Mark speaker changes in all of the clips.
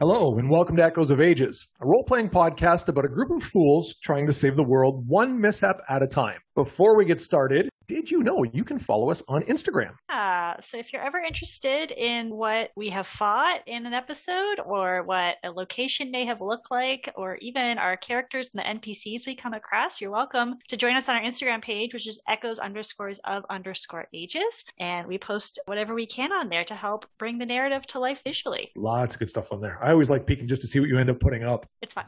Speaker 1: Hello, and welcome to Echoes of Ages, a role playing podcast about a group of fools trying to save the world one mishap at a time. Before we get started, did you know you can follow us on Instagram?
Speaker 2: Yeah, so if you're ever interested in what we have fought in an episode, or what a location may have looked like, or even our characters and the NPCs we come across, you're welcome to join us on our Instagram page, which is echoes underscores of underscore ages. And we post whatever we can on there to help bring the narrative to life visually.
Speaker 1: Lots of good stuff on there. I always like peeking just to see what you end up putting up.
Speaker 2: It's fun.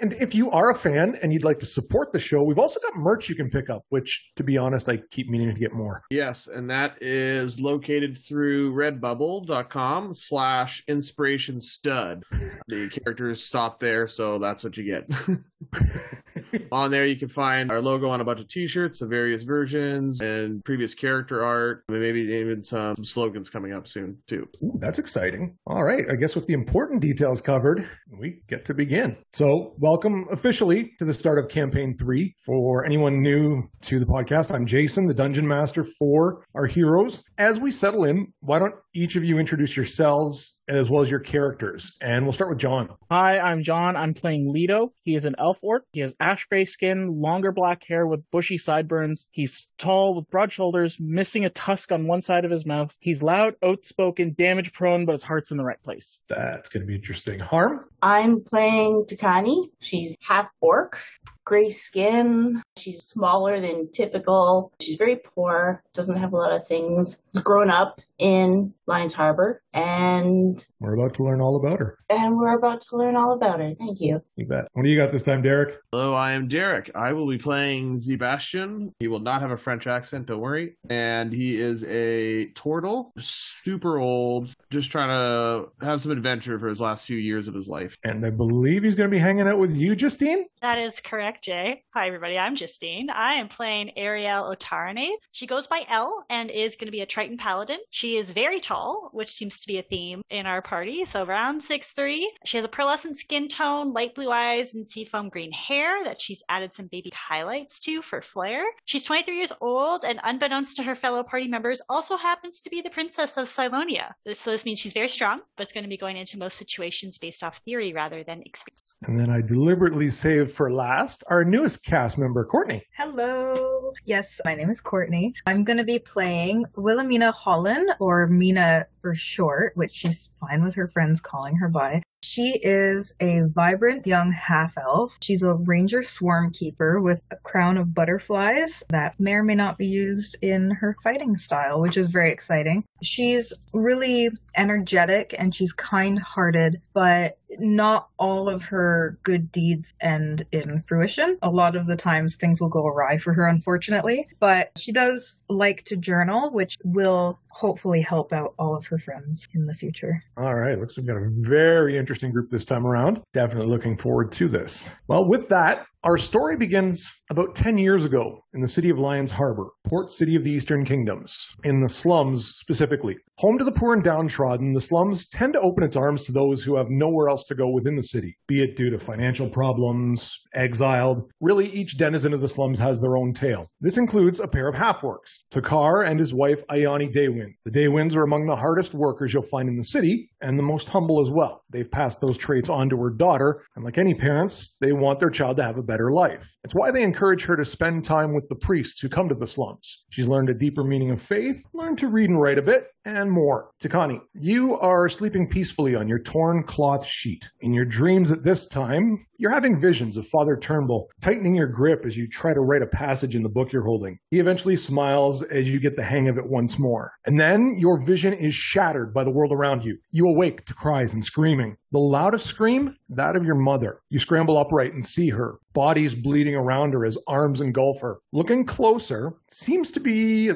Speaker 1: And if you are a fan and you'd like to support the show, we've also got merch you can pick up, which, to be honest, I keep meaning to get more.
Speaker 3: Yes, and that is located through redbubble.com slash inspiration stud. The characters stop there, so that's what you get. on there, you can find our logo on a bunch of t shirts of various versions and previous character art, and maybe even some slogans coming up soon, too.
Speaker 1: Ooh, that's exciting. All right. I guess with the important details covered, we get to begin. So, welcome officially to the start of campaign three. For anyone new to the podcast, I'm Jason, the dungeon master for our heroes. As we settle in, why don't each of you introduce yourselves as well as your characters? And we'll start with John.
Speaker 4: Hi, I'm John. I'm playing Leto. He is an elf orc. He has ash gray skin, longer black hair with bushy sideburns. He's tall with broad shoulders, missing a tusk on one side of his mouth. He's loud, outspoken, damage prone, but his heart's in the right place.
Speaker 1: That's going to be interesting. Harm?
Speaker 5: I'm playing Takani. She's half orc, gray skin. She's smaller than typical. She's very poor, doesn't have a lot of things. She's grown up in Lions Harbor, and
Speaker 1: We're about to learn all about her.
Speaker 5: and we're about to learn all about her. Thank you.
Speaker 1: You bet. What do you got this time, Derek?
Speaker 3: Hello, I am Derek. I will be playing Sebastian. He will not have a French accent, don't worry. And he is a turtle, super old, just trying to have some adventure for his last few years of his life.
Speaker 1: And I believe he's going to be hanging out with you, Justine.
Speaker 2: That is correct, Jay. Hi, everybody. I'm Justine. I am playing Ariel Otarane. She goes by L and is going to be a Triton Paladin. She is very tall, which seems to be a theme in our party. So around six three. She has a pearlescent skin tone, light blue eyes, and seafoam green hair that she's added some baby highlights to for flair. She's 23 years old and unbeknownst to her fellow party members, also happens to be the princess of Silonia. This, so this means she's very strong, but is going to be going into most situations based off theory rather than experience.
Speaker 1: And then I deliberately saved for last our newest cast member, Courtney.
Speaker 6: Hello. Yes, my name is Courtney. I'm going to be playing Wilhelmina Holland, or Mina for short, which she's fine with her friends calling her by. She is a vibrant young half elf. She's a ranger swarm keeper with a crown of butterflies that may or may not be used in her fighting style, which is very exciting. She's really energetic and she's kind hearted, but not all of her good deeds end in fruition. A lot of the times things will go awry for her, unfortunately, but she does like to journal, which will hopefully help out all of her friends in the future.
Speaker 1: All right, looks like we've got a very interesting group this time around. Definitely looking forward to this. Well, with that, our story begins about 10 years ago in the city of Lions Harbor, port city of the Eastern Kingdoms, in the slums specifically. Home to the poor and downtrodden, the slums tend to open its arms to those who have nowhere else to go within the city, be it due to financial problems, exiled. Really, each denizen of the slums has their own tale. This includes a pair of half-orcs, Takar and his wife Ayani Daywind. The Daywinds are among the hardest workers you'll find in the city, and the most humble as well. They've passed those traits on to her daughter, and like any parents, they want their child to have a better life. It's why they encourage her to spend time with the priests who come to the slums. She's learned a deeper meaning of faith, learned to read and write a bit, and more. Takani, you are sleeping peacefully on your torn cloth sheet. In your dreams at this time, you're having visions of Father Turnbull tightening your grip as you try to write a passage in the book you're holding. He eventually smiles as you get the hang of it once more. And then your vision is shattered by the world around you. You awake to cries and screaming. The loudest scream, that of your mother. You scramble upright and see her, bodies bleeding around her as arms engulf her. Looking closer, seems to be a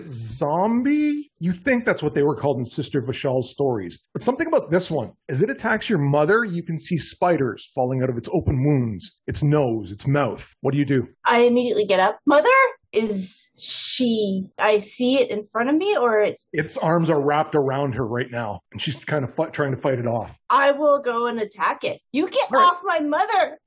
Speaker 1: zombie. You think that's what they were called in Sister Vishal's stories. But something about this one, as it attacks your mother, you can see spiders falling out of its open wounds, its nose, its mouth. What do you do?
Speaker 5: I immediately get up. Mother, is she? I see it in front of me, or it's.
Speaker 1: Its arms are wrapped around her right now, and she's kind of fi- trying to fight it off.
Speaker 5: I will go and attack it. You get
Speaker 1: All right.
Speaker 5: off my mother.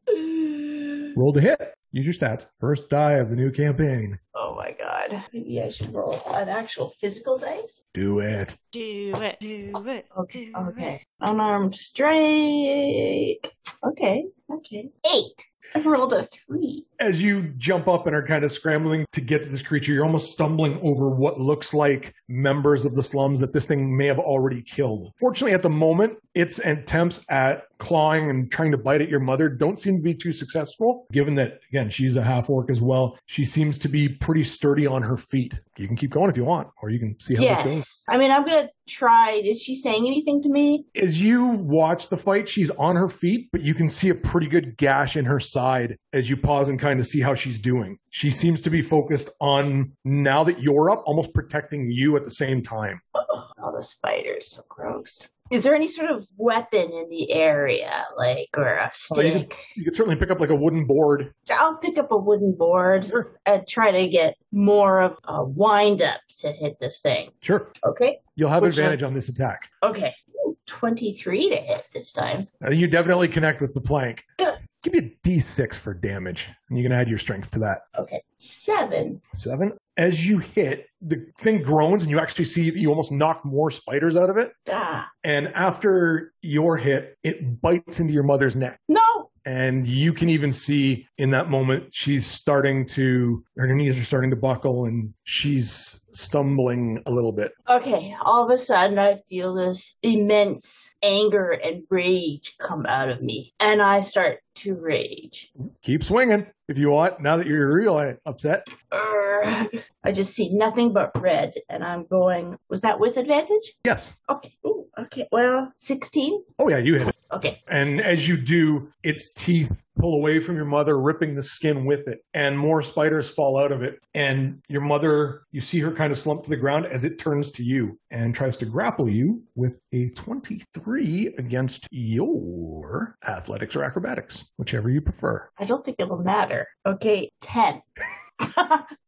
Speaker 1: Roll to hit. Use your stats. First die of the new campaign.
Speaker 5: Oh my god. Maybe I should roll an actual physical dice.
Speaker 1: Do it.
Speaker 2: Do it. Do it.
Speaker 5: Oh, Okay.
Speaker 2: Do
Speaker 5: Okay. Unarmed strike. Okay. Okay. Eight. I rolled a three.
Speaker 1: As you jump up and are kind of scrambling to get to this creature, you're almost stumbling over what looks like members of the slums that this thing may have already killed. Fortunately, at the moment, its attempts at clawing and trying to bite at your mother don't seem to be too successful, given that, again, she's a half orc as well. She seems to be pretty sturdy on her feet. You can keep going if you want, or you can see how this goes.
Speaker 5: Yes. I mean, I'm gonna try. Is she saying anything to me?
Speaker 1: as you watch the fight, she's on her feet, but you can see a pretty good gash in her side as you pause and kind of see how she's doing. She seems to be focused on now that you're up, almost protecting you at the same time.
Speaker 5: All the spiders, so gross. Is there any sort of weapon in the area, like or a
Speaker 1: Well, Oh, you
Speaker 5: stick?
Speaker 1: You could certainly pick up like a wooden board.
Speaker 5: I'll pick up a wooden board
Speaker 1: Sure,
Speaker 5: and try to get more of a wind up to hit this thing.
Speaker 1: sure.
Speaker 5: Okay.
Speaker 1: You'll have
Speaker 5: Which
Speaker 1: advantage on this attack.
Speaker 5: Okay. Ooh, 23 to hit this time.
Speaker 1: Uh, You definitely connect with the plank.
Speaker 5: Yeah.
Speaker 1: Give me a d6 for damage, and you can add your strength to that.
Speaker 5: Okay. Seven.
Speaker 1: Seven. As you hit, the thing groans, and you actually see you almost knock more spiders out of it.
Speaker 5: Ah.
Speaker 1: And after your hit, it bites into your mother's neck.
Speaker 5: No.
Speaker 1: And you can even see in that moment, she's starting to, her knees are starting to buckle and she's stumbling a little bit.
Speaker 5: Okay. All of a sudden, I feel this immense anger and rage come out of me, and I start to rage.
Speaker 1: Keep swinging if you want, now that you're real upset.
Speaker 5: Urgh. I just see nothing but red, and I'm going. Was that with advantage?
Speaker 1: Yes.
Speaker 5: Okay. Ooh, okay. Well, 16.
Speaker 1: Oh, yeah, you hit it.
Speaker 5: Okay.
Speaker 1: And as you do, its teeth pull away from your mother, ripping the skin with it. And more spiders fall out of it. And your mother, you see her kind of slump to the ground as it turns to you and tries to grapple you with a 23 against your athletics or acrobatics, whichever you prefer.
Speaker 5: I don't think it'll matter. Okay. 10.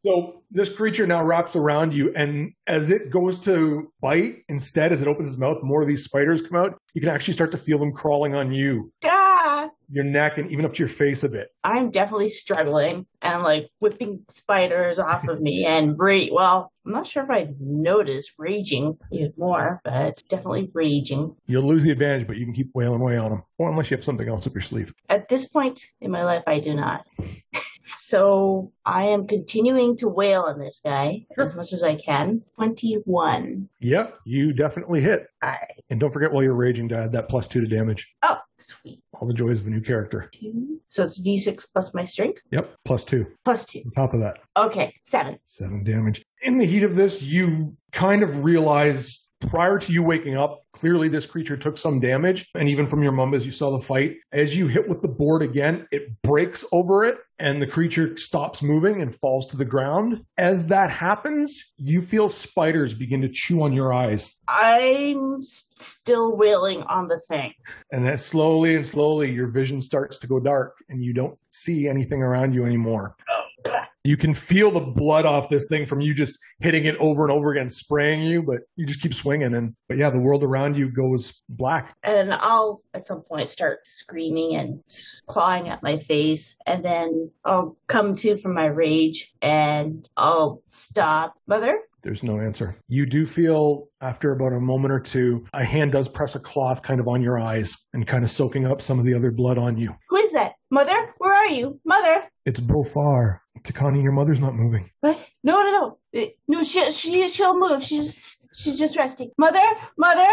Speaker 1: So this creature now wraps around you, and as it goes to bite, instead, as it opens its mouth, more of these spiders come out. You can actually start to feel them crawling on you,
Speaker 5: ah.
Speaker 1: your neck, and even up to your face a bit.
Speaker 5: I'm definitely struggling and like whipping spiders off of me and rage. Well, I'm not sure if I noticed raging even more, but definitely raging.
Speaker 1: You'll lose the advantage, but you can keep wailing away on them. Or unless you have something else up your sleeve.
Speaker 5: At this point in my life, I do not. so I am continuing to wail on this guy
Speaker 1: Sure.
Speaker 5: as much as I can. 21.
Speaker 1: Yep, you definitely hit.
Speaker 5: I,
Speaker 1: And don't forget while you're raging to add that plus two to damage.
Speaker 5: oh, sweet.
Speaker 1: All the joys of a new character.
Speaker 5: Two. So it's d6 plus my strength,
Speaker 1: Yep, plus two.
Speaker 5: plus two.
Speaker 1: On top of that,
Speaker 5: Okay, seven.
Speaker 1: seven damage. In the heat of this, you kind of realize prior to you waking up, clearly this creature took some damage. And even from your mum as you saw the fight, as you hit with the board again, it breaks over it and the creature stops moving and falls to the ground. As that happens, you feel spiders begin to chew on your eyes.
Speaker 5: I'm s- still wailing on the thing.
Speaker 1: And that slowly and slowly, your vision starts to go dark and you don't see anything around you anymore.
Speaker 5: God.
Speaker 1: You can feel the blood off this thing from you just hitting it over and over again, spraying you, but you just keep swinging. And, but yeah, the world around you goes black.
Speaker 5: and I'll at some point start screaming and s- clawing at my face, and then I'll come to from my rage and I'll stop. Mother,
Speaker 1: There's no answer. You do feel, after about a moment or two, a hand does press a cloth kind of on your eyes and kind of soaking up some of the other blood on you.
Speaker 5: who is that? Mother, where are you? Mother,
Speaker 1: It's Bofar. Takani, your mother's not moving.
Speaker 5: what? No, no, no, Eh, no. She, she, she'll move. She's, she's just resting. Mother, mother.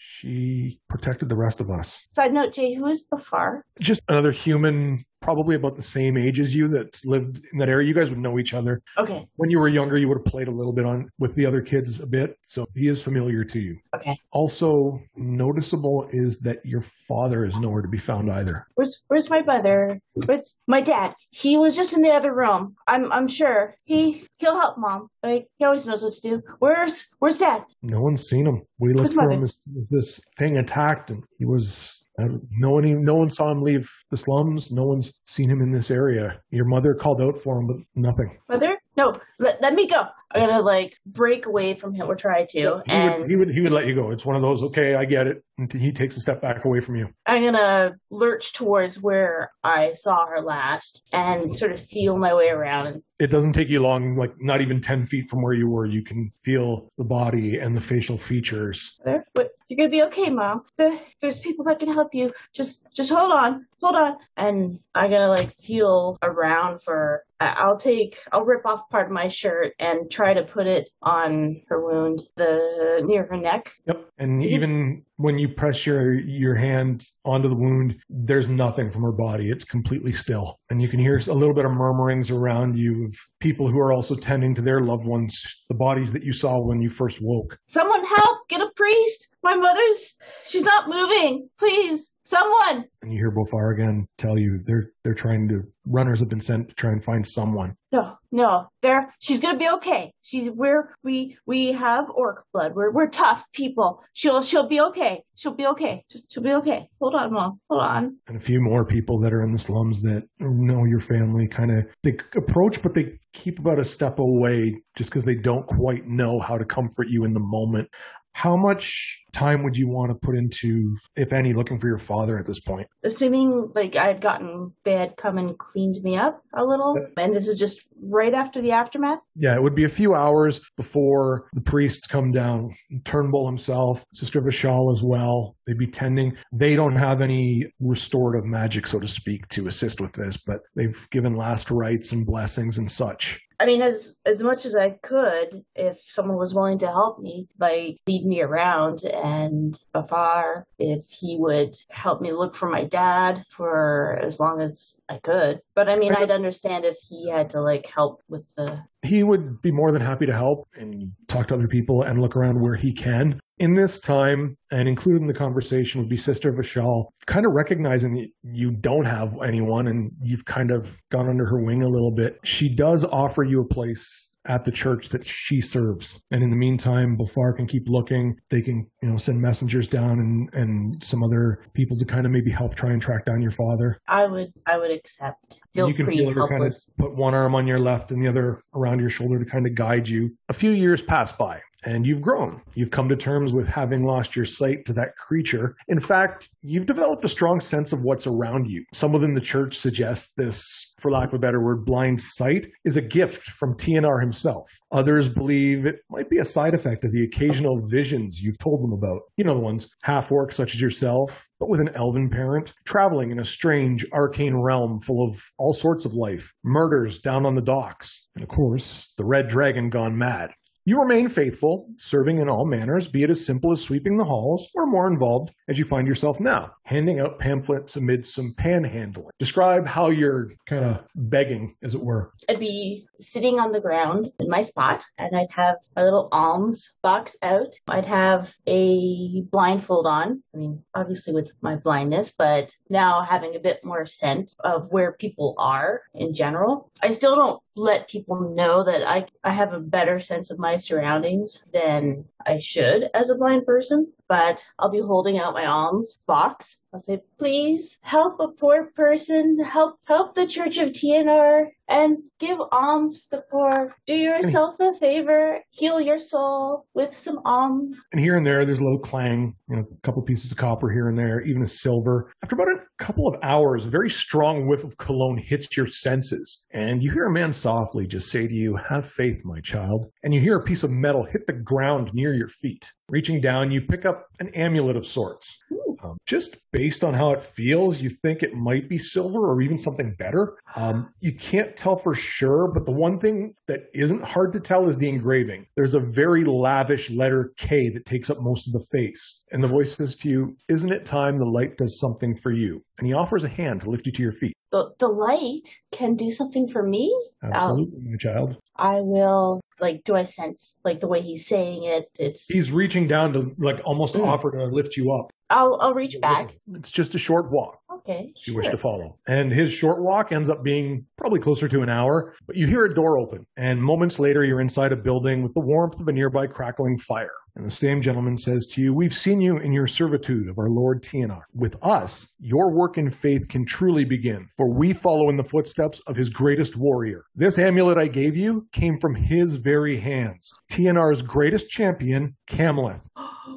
Speaker 1: She protected the rest of us.
Speaker 5: Side note, Jay, who is Bafar?
Speaker 1: just another human probably about the same age as you that's lived in that area you guys would know each other
Speaker 5: Okay,
Speaker 1: when you were younger you would have played a little bit on with the other kids a bit so he is familiar to you
Speaker 5: Okay.
Speaker 1: also noticeable is that your father is nowhere to be found either
Speaker 5: where's, where's my brother? Where's my dad? He was just in the other room. I'm, I'm sure he, he'll help mom. Like he always knows what to do. Where's, where's dad?
Speaker 1: no one's seen him we looked
Speaker 5: Where's
Speaker 1: for
Speaker 5: mother?
Speaker 1: him as, as this thing attacked and he was I don't- no one even, no one saw him leave the slums no one's seen him in this area your mother called out for him but nothing
Speaker 5: Mother? No, let, let me go. I'm gonna like break away from him or try to,
Speaker 1: He
Speaker 5: and
Speaker 1: would, he would he would let you go. It's one of those. Okay, I get it. And he takes a step back away from you.
Speaker 5: I'm gonna lurch towards where I saw her last and sort of feel my way around. And
Speaker 1: It doesn't take you long. Like not even ten feet from where you were, you can feel the body and the facial features.
Speaker 5: there, but you're gonna be okay, mom. There, there's people that can help you. Just, just hold on, hold on. And I'm gonna like feel around for. I- I'll take, I'll rip off part of my shirt and try to put it on her wound, the near her neck.
Speaker 1: Yep. And even when you press your your hand onto the wound, there's nothing from her body. It's completely still, and you can hear a little bit of murmurings around you of people who are also tending to their loved ones, the bodies that you saw when you first woke.
Speaker 5: Someone help! Get a priest. My mother's, she's not moving. Please, someone.
Speaker 1: and you hear Bofar again tell you they're they're trying to runners have been sent to try and find someone.
Speaker 5: No, no, there. She's gonna be okay. She's we're we we have orc blood. We're we're tough people. She'll she'll be okay. She'll be okay. Just she'll be okay. Hold on, mom. Hold on.
Speaker 1: And a few more people that are in the slums that know your family kind of they approach, but they keep about a step away just because they don't quite know how to comfort you in the moment. How much time would you want to put into, if any, looking for your father at this point?
Speaker 5: Assuming like I had gotten they had come and cleaned me up a little, and this is just right after the aftermath.
Speaker 1: Yeah, it would be a few hours before the priests come down. Turnbull himself, Sister Vishal as well. They'd be tending. They don't have any restorative magic, so to speak, to assist with this, but they've given last rites and blessings and such.
Speaker 5: I mean, as as much as I could, if someone was willing to help me, like lead me around, and Afar, if he would help me look for my dad for as long as I could. But I mean,
Speaker 1: I
Speaker 5: I'd
Speaker 1: guess-
Speaker 5: understand if he had to like help with the.
Speaker 1: He would be more than happy to help and talk to other people and look around where he can. In this time, and included in the conversation would be Sister Vishal, kind of recognizing that you don't have anyone and you've kind of gone under her wing a little bit. She does offer you a place at the church that she serves. And in the meantime, Bafar can keep looking. They can, you know, send messengers down and, and some other people to kind of maybe help try and track down your father.
Speaker 5: I would I would accept. Feel
Speaker 1: you can
Speaker 5: pretty
Speaker 1: feel her kind of
Speaker 5: helpless.
Speaker 1: put one arm on your left and the other around your shoulder to kind of guide you. A few years pass by and you've grown. You've come to terms with having lost your sight to that creature. In fact, you've developed a strong sense of what's around you. Some within the church suggest this, for lack of a better word, blind sight is a gift from TNR himself. Others believe it might be a side effect of the occasional visions you've told them about. You know, the ones half orc, such as yourself, but with an elven parent, traveling in a strange, arcane realm full of all sorts of life, murders down on the docks, and of course, the red dragon gone mad. You remain faithful, serving in all manners, be it as simple as sweeping the halls or more involved as you find yourself now, handing out pamphlets amid some panhandling. Describe how you're kind of begging, as it were.
Speaker 5: I'd be sitting on the ground in my spot, and I'd have my little alms box out. I'd have a blindfold on. I mean, obviously with my blindness, but now having a bit more sense of where people are in general. I still don't let people know that I I have a better sense of my surroundings than I should as a blind person, but I'll be holding out my alms box. I'll say, please help a poor person, help help the Church of TNR and give alms for the poor. Do yourself a favor, heal your soul with some alms.
Speaker 1: And here and there, there's a little clang, you know, a couple pieces of copper here and there, even a silver. After about a couple of hours, a very strong whiff of cologne hits your senses, and you hear a man softly just say to you, Have faith, my child. And you hear a piece of metal hit the ground near your feet. Reaching down, you pick up an amulet of sorts. Um, just based on how it feels, you think it might be silver or even something better. Um, you can't tell for sure, but the one thing that isn't hard to tell is the engraving. There's a very lavish letter K that takes up most of the face. And the voice says to you, Isn't it time the light does something for you? And he offers a hand to lift you to your feet.
Speaker 5: The the light can do something for me.
Speaker 1: Absolutely, my child.
Speaker 5: I will like do I sense like the way he's saying it, it's
Speaker 1: He's reaching down to like almost
Speaker 5: Mm.
Speaker 1: offer to lift you up.
Speaker 5: I'll I'll reach back.
Speaker 1: It's just a short walk.
Speaker 5: Okay.
Speaker 1: you wish
Speaker 5: sure.
Speaker 1: to follow. And his short walk ends up being probably closer to an hour, but you hear a door open, and moments later, you're inside a building with the warmth of a nearby crackling fire. And the same gentleman says to you, We've seen you in your servitude of our Lord Tianar. With us, your work in faith can truly begin, for we follow in the footsteps of his greatest warrior. This amulet I gave you came from his very hands. Tianar's greatest champion, Camleth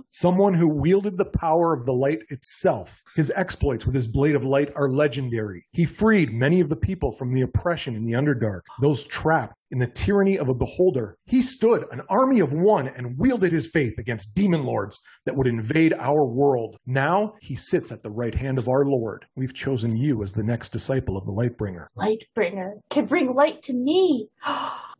Speaker 1: someone who wielded the power of the light itself. His exploits with his blade of light are legendary. He freed many of the people from the oppression in the Underdark, those trapped in the tyranny of a beholder. He stood an army of one and wielded his faith against demon lords that would invade our world. Now he sits at the right hand of our Lord. We've chosen you as the next disciple of the Lightbringer.
Speaker 5: Lightbringer can bring light to me.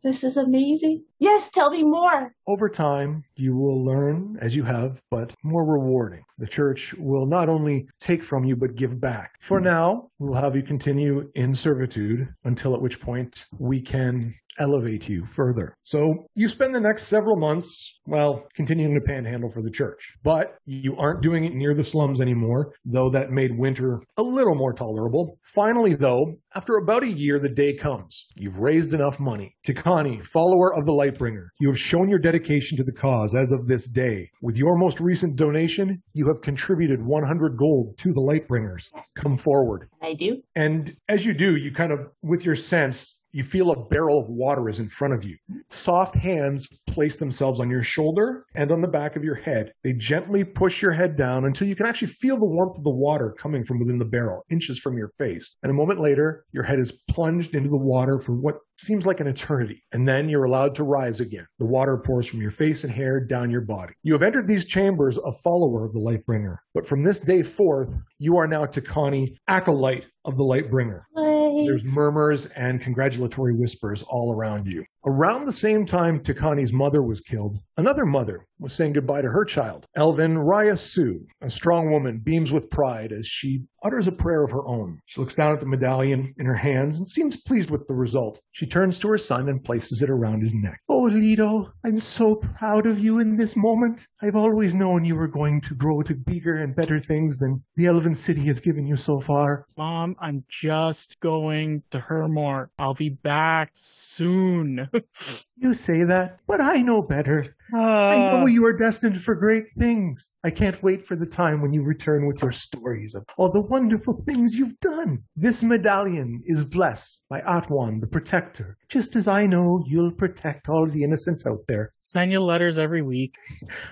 Speaker 5: this is amazing. Yes, tell me more.
Speaker 1: Over time, you will learn as you have, but more rewarding. The church will not only take from you, but give back. For now, we will have you continue in servitude until at which point we can elevate you further. So you spend the next several months, well, continuing to panhandle for the church, but you aren't doing it near the slums anymore, though that made winter a little more tolerable. Finally, though, after about a year, the day comes. You've raised enough money. Takani, follower of the Lightbringer, you have shown your dedication to the cause as of this day. With your most recent donation, you have contributed 100 gold to the Lightbringers. Come forward.
Speaker 5: I do.
Speaker 1: And as you do, you kind of, with your sense, you feel a barrel of water is in front of you. Soft hands place themselves on your shoulder and on the back of your head. They gently push your head down until you can actually feel the warmth of the water coming from within the barrel, inches from your face. And a moment later, your head is plunged into the water for what seems like an eternity. And then you're allowed to rise again. The water pours from your face and hair down your body. You have entered these chambers a follower of the Lightbringer, but from this day forth, you are now Takani, acolyte of the Lightbringer.
Speaker 5: Play.
Speaker 1: There's murmurs and congratulatory whispers all around you. Around the same time Takani's mother was killed, another mother was saying goodbye to her child. Elvin Raya Sue, a strong woman, beams with pride as she utters a prayer of her own. She looks down at the medallion in her hands and seems pleased with the result. She turns to her son and places it around his neck. Oh, Lido, I'm so proud of you in this moment. I've always known you were going to grow to bigger and better things than the Elven City has given you so far.
Speaker 4: Mom, I'm just going to Hermore. I'll be back soon.
Speaker 1: You say that, but I know better. I know
Speaker 4: Ah.
Speaker 1: you are destined for great things. I can't wait for the time when you return with your stories of all the wonderful things you've done. This medallion is blessed by Atwan the Protector, just as I know you'll protect all the innocents out there.
Speaker 4: Send you letters every week.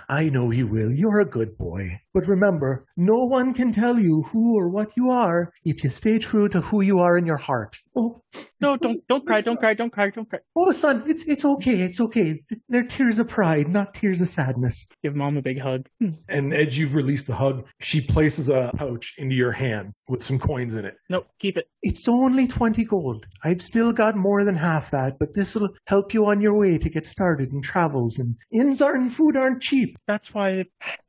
Speaker 1: I know you will. You're a good boy. But remember, no one can tell you who or what you are if you stay true to who you are in your heart. Oh,
Speaker 4: No, don't don't cry, don't cry, don't cry, don't cry.
Speaker 1: oh, son, it's it's okay. It's okay. They're tears of pride, not tears of sadness.
Speaker 4: Give mom a big hug.
Speaker 1: And as you've released the hug, she places a pouch into your hand with some coins in it.
Speaker 4: No, keep it.
Speaker 1: It's only 20 gold. I've still got more than half that, but this'll help you on your way to get started in travels. And inns are and food aren't cheap.
Speaker 4: That's why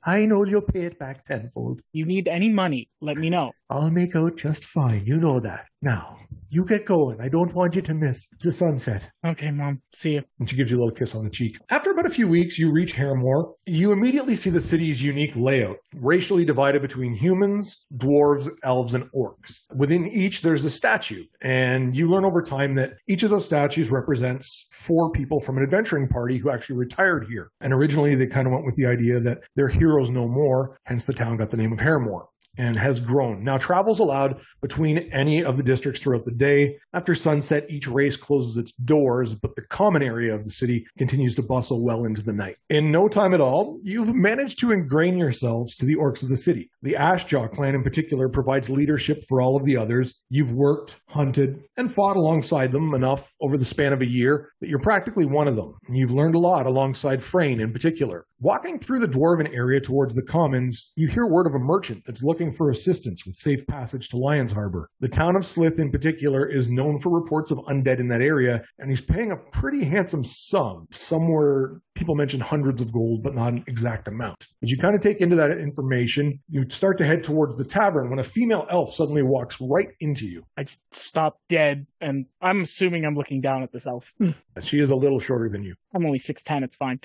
Speaker 1: I know you'll pay it back tenfold.
Speaker 4: you need any money. Let me know.
Speaker 1: I'll make out just fine. You know that. Now, you get going. I don't want you to miss the sunset.
Speaker 4: Okay, mom. See you.
Speaker 1: and she gives you a little kiss on the cheek. After about a few weeks, you reach Haremore. You immediately see the city's unique layout, racially divided between humans, dwarves, elves, and orcs. Within each, there's a statue, and you learn over time that each of those statues represents four people from an adventuring party who actually retired here. And originally, they kind of went with the idea that they're heroes no more, hence the town got the name of Haremore and has grown. Now, travel's allowed between any of the districts throughout the day. After sunset, each race closes its doors, but the common area of the city continues to bustle well into the night. In no time at all, you've managed to ingrain yourselves to the orcs of the city. The Ashjaw clan, in particular, provides leadership for all of the others. You've worked, hunted, and fought alongside them enough over the span of a year that you're practically one of them. You've learned a lot alongside Frayne, in particular. Walking through the dwarven area towards the commons, you hear word of a merchant that's looking for assistance with safe passage to Lions Harbor. The town of Slith, in particular, is known for reports of undead in that area, and he's paying a pretty handsome sum. Somewhere people mention hundreds of gold, but not an exact amount. As you kind of take into that information, you start to head towards the tavern when a female elf suddenly walks right into you.
Speaker 4: I just stopped dead, and I'm assuming I'm looking down at this elf.
Speaker 1: She is a little shorter than you.
Speaker 4: I'm only 6'10, it's fine.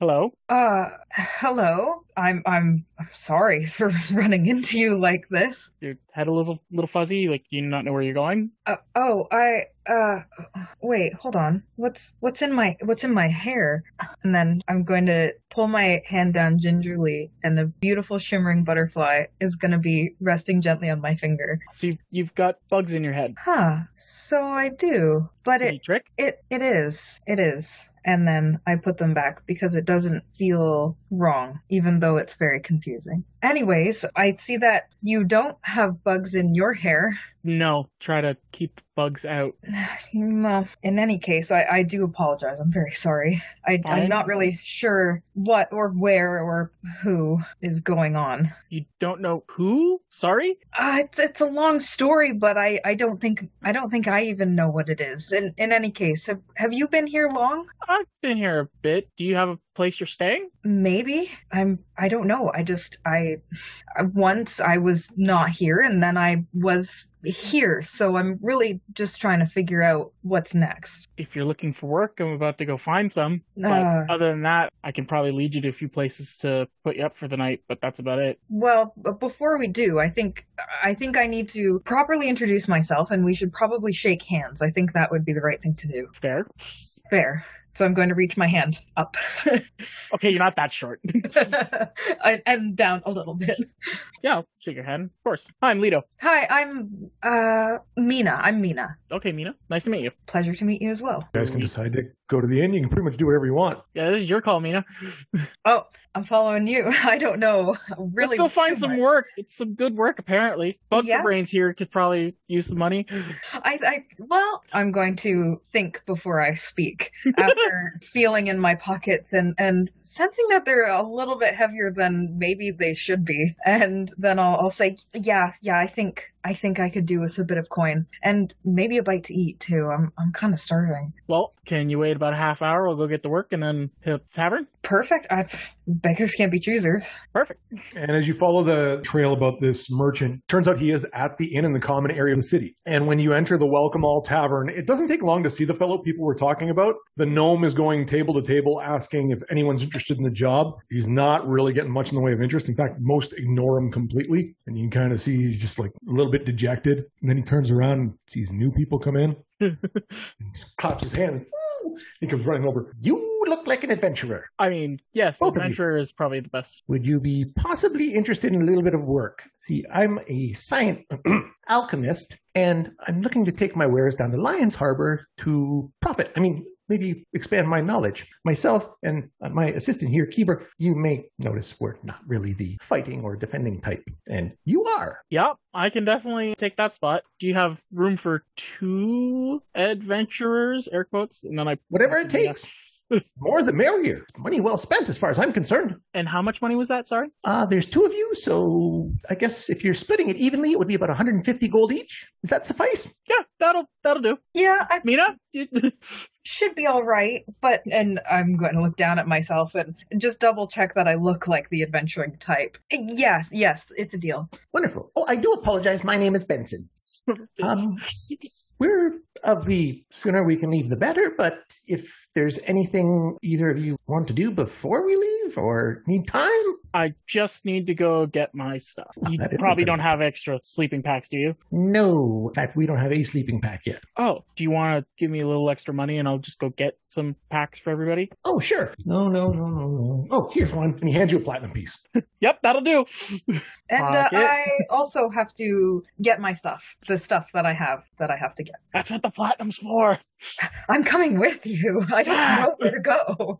Speaker 4: Hello?
Speaker 6: Uh, hello. I'm I'm I'm sorry for running into you like this.
Speaker 4: Your head a little, little fuzzy, like you not know where you're going?
Speaker 6: Uh, oh, I uh wait, hold on. What's what's in my what's in my hair? And then I'm going to pull my hand down gingerly and a beautiful shimmering butterfly is going to be resting gently on my finger.
Speaker 4: So you've, you've got bugs in your head.
Speaker 6: Huh. So I do. But
Speaker 4: Is it
Speaker 6: it
Speaker 4: a trick?
Speaker 6: It it is. It is. And then I put them back because it doesn't feel wrong, even though it's very confusing. Anyways, I see that you don't have bugs in your hair.
Speaker 4: No, try to keep bugs out.
Speaker 6: Well, Mm, uh, in any case, I, I do apologize. I'm very sorry. I,
Speaker 4: Fine.
Speaker 6: I'm not really sure what or where or who is going on.
Speaker 4: You don't know who? Sorry?
Speaker 6: Uh, it's, it's a long story, but I, I don't think I don't think I even know what it is. In in any case, have, have you been here long?
Speaker 4: I've been here a bit. Do you have a place you're staying?
Speaker 6: maybe i'm i don't know i just i once i was not here and then i was here so i'm really just trying to figure out what's next
Speaker 4: If you're looking for work, I'm about to go find some. But
Speaker 6: Uh.
Speaker 4: other than that, I can probably lead you to a few places to put you up for the night, but that's about it.
Speaker 6: well b- before we do i think i think i need to properly introduce myself and we should probably shake hands i think that would be the right thing to do
Speaker 4: Fair.
Speaker 6: fair so i'm going to reach my hand up
Speaker 4: Okay, you're not that short.
Speaker 6: and and down a little bit
Speaker 4: yeah, I'll shake your hand. Of course. Hi, I'm Lito.
Speaker 6: hi i'm uh mina i'm mina
Speaker 4: Okay, Mina. Nice to meet you.
Speaker 6: pleasure to meet you as well
Speaker 1: You guys can decide to go to the inn. You can pretty much do whatever you want.
Speaker 4: Yeah, this is your call, Mina.
Speaker 6: Oh, I'm following you. I don't know. Really,
Speaker 4: Let's go find some work. It's some good work, apparently. Bug
Speaker 6: Yeah.
Speaker 4: for Brains here could probably use some money.
Speaker 6: I, I, well, I'm going to think before I speak. After feeling in my pockets and and sensing that they're a little bit heavier than maybe they should be, and then I'll, I'll say, yeah, yeah, I think I think I could do with a bit of coin and maybe a bite to eat too. I'm I'm kind of starving.
Speaker 4: Well, can you wait about a half hour? We'll go get to work and then hit the tavern.
Speaker 6: Perfect. I, beggars can't be choosers.
Speaker 4: Perfect.
Speaker 1: And as you follow the trail about this merchant, turns out he is at the inn in the common area of the city. And when you enter the Welcome All Tavern, it doesn't take long to see the fellow people we're talking about. The gnome is going table to table asking if anyone's interested in the job. He's not really getting much in the way of interest. In fact, most ignore him completely. And you can kind of see he's just like a little bit dejected. And then he turns around and sees new people come in. He just claps his hand. Ooh! He comes running over. You look like an adventurer.
Speaker 4: I mean, yes,
Speaker 1: Both of you.
Speaker 4: adventure is probably the best.
Speaker 1: Would you be possibly interested in a little bit of work? See, I'm a science alchemist, and I'm looking to take my wares down to Lion's Harbor to profit. I mean, maybe expand my knowledge. Myself and uh, my assistant here, Keeper, you may notice we're not really the fighting or defending type, and you are.
Speaker 4: Yep, I can definitely take that spot. Do you have room for two adventurers? Air quotes. And then I
Speaker 1: Whatever it takes. More the merrier. Money well spent, as far as I'm concerned.
Speaker 4: And how much money was that? Sorry.
Speaker 1: Uh, there's two of you, so I guess if you're splitting it evenly, it would be about 150 gold each. Does that suffice?
Speaker 4: Yeah, that'll that'll do.
Speaker 6: Yeah, I
Speaker 4: Mina.
Speaker 6: should be all right but and i'm going to look down at myself and just double check that i look like the adventuring type yes yes it's a deal
Speaker 1: Wonderful. Oh, I do apologize. My name is Benson. Um, We're of the sooner we can leave, the better. But if there's anything either of you want to do before we leave or need time,
Speaker 4: I just need to go get my stuff. You
Speaker 1: that is
Speaker 4: probably
Speaker 1: okay.
Speaker 4: don't have extra sleeping packs, do you?
Speaker 1: no. In fact, we don't have a sleeping pack yet.
Speaker 4: Oh, do you want to give me a little extra money and I'll just go get some packs for everybody?
Speaker 1: Oh, sure. No, no, no, no, no. Oh, here's one. And he hands you a platinum piece.
Speaker 4: Yep, that'll do.
Speaker 6: and uh,
Speaker 4: Pocket.
Speaker 6: i also have to get my stuff the stuff that i have that i have to get
Speaker 4: That's what the platinum's for. Ah!
Speaker 6: i'm coming with you i don't know where to go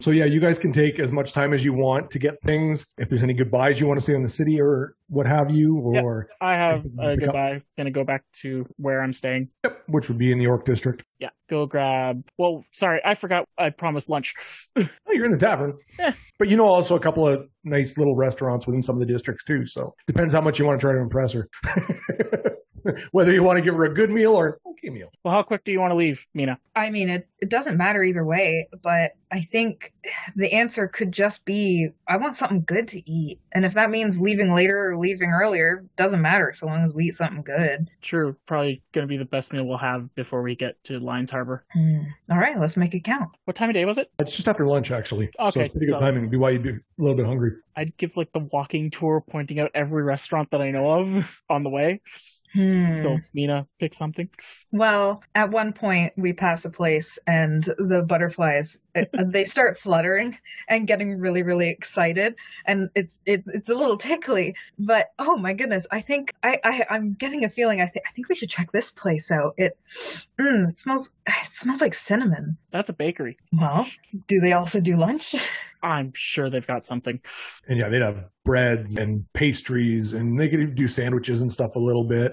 Speaker 1: So yeah, you guys can take as much time as you want to get things. If there's any goodbyes you want to say in the city or what have you,
Speaker 4: Yep.
Speaker 1: or
Speaker 4: I have
Speaker 1: Anything you
Speaker 4: a
Speaker 1: pick up?
Speaker 4: goodbye. Gonna go back to where I'm staying.
Speaker 1: which would be in the York district.
Speaker 4: Yeah, go grab. Well, sorry, I forgot. I promised lunch.
Speaker 1: Oh, you're in the tavern.
Speaker 4: Yeah.
Speaker 1: But you know also a couple of nice little restaurants within some of the districts too. So depends how much you want to try to impress her. Whether you want to give her a good meal or an okay meal.
Speaker 4: well, how quick do you want to leave, Mina?
Speaker 6: i mean it, it doesn't matter either way but I think the answer could just be I want something good to eat. And if that means leaving later or leaving earlier, doesn't matter so long as we eat something good.
Speaker 4: True, probably going to be the best meal we'll have before we get to Lions Harbor.
Speaker 6: Hmm. All right, let's make it count.
Speaker 4: What time of day was it?
Speaker 1: It's just after lunch, actually. so
Speaker 4: Okay,
Speaker 1: it's pretty good
Speaker 4: so-
Speaker 1: timing. It'd be why you'd be a little bit hungry.
Speaker 4: I'd give like the walking tour, pointing out every restaurant that I know of on the way.
Speaker 6: Hmm.
Speaker 4: So Mina, pick something.
Speaker 6: Well, at one point we pass a place and the butterflies it- they start fluttering and getting really really excited and it's it, it's a little tickly, but oh my goodness, I think I, I I'm getting a feeling I think I think we should check this place out. It mm, it smells it smells like cinnamon.
Speaker 4: That's a bakery.
Speaker 6: Well, do they also do lunch?
Speaker 4: I'm sure they've got something.
Speaker 1: And yeah, they'd have breads and pastries, and they could even do sandwiches and stuff a little bit.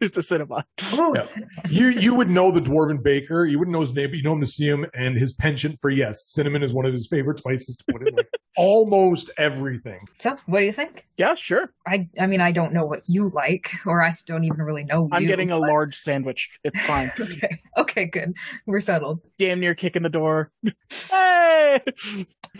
Speaker 4: It's a cinema.
Speaker 6: Oh,
Speaker 1: Yeah. You you would know the dwarven baker. You wouldn't know his name, but you know him to see him and his penchant for yes, cinnamon is one of his favorite spices to put in like almost everything.
Speaker 6: so what do you think?
Speaker 4: Yeah, sure.
Speaker 6: I I mean I don't know what you like or I don't even really know
Speaker 4: I'm
Speaker 6: you,
Speaker 4: getting a
Speaker 6: but-
Speaker 4: large sandwich. It's fine.
Speaker 6: okay. okay, good. We're settled.
Speaker 4: Damn near kicking the door. hey!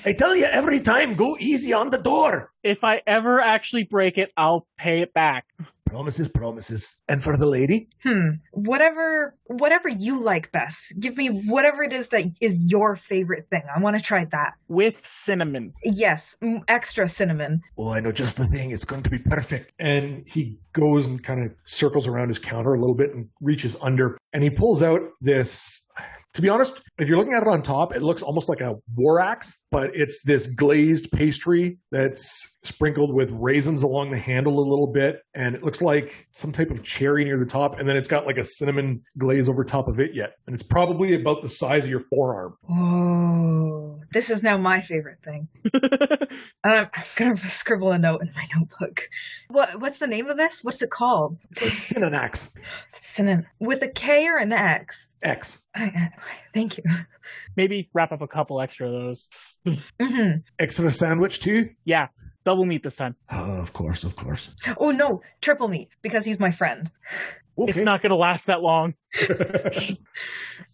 Speaker 1: I tell you every time, go easy on the door.
Speaker 4: If I ever actually break it, I'll pay it back.
Speaker 1: Promises, promises. And for the lady,
Speaker 6: hmm whatever whatever you like best give me whatever it is that is your favorite thing i want to try that
Speaker 4: With cinnamon.
Speaker 6: yes mm, extra cinnamon
Speaker 1: oh, I know just the thing. It's going to be perfect. And he goes and kind of circles around his counter a little bit and reaches under and he pulls out this. To be honest, if you're looking at it on top, it looks almost like a war axe, but it's this glazed pastry that's sprinkled with raisins along the handle a little bit. And it looks like some type of cherry near the top. And then it's got like a cinnamon glaze over top of it yet. And it's probably about the size of your forearm.
Speaker 6: oh this is now my favorite thing and i'm, I'm gonna scribble a note in my notebook what what's the name of this what's it called
Speaker 1: A Cinnax.
Speaker 6: cinnamon with a k or an x
Speaker 1: X.
Speaker 6: I- I- thank you
Speaker 4: Maybe wrap up a couple extra of those.
Speaker 6: hmm
Speaker 1: Extra sandwich too?
Speaker 4: yeah, double meat this time.
Speaker 1: Oh, of course, of course.
Speaker 6: oh no triple me because he's my friend
Speaker 1: Okay.
Speaker 4: It's not going to last that long.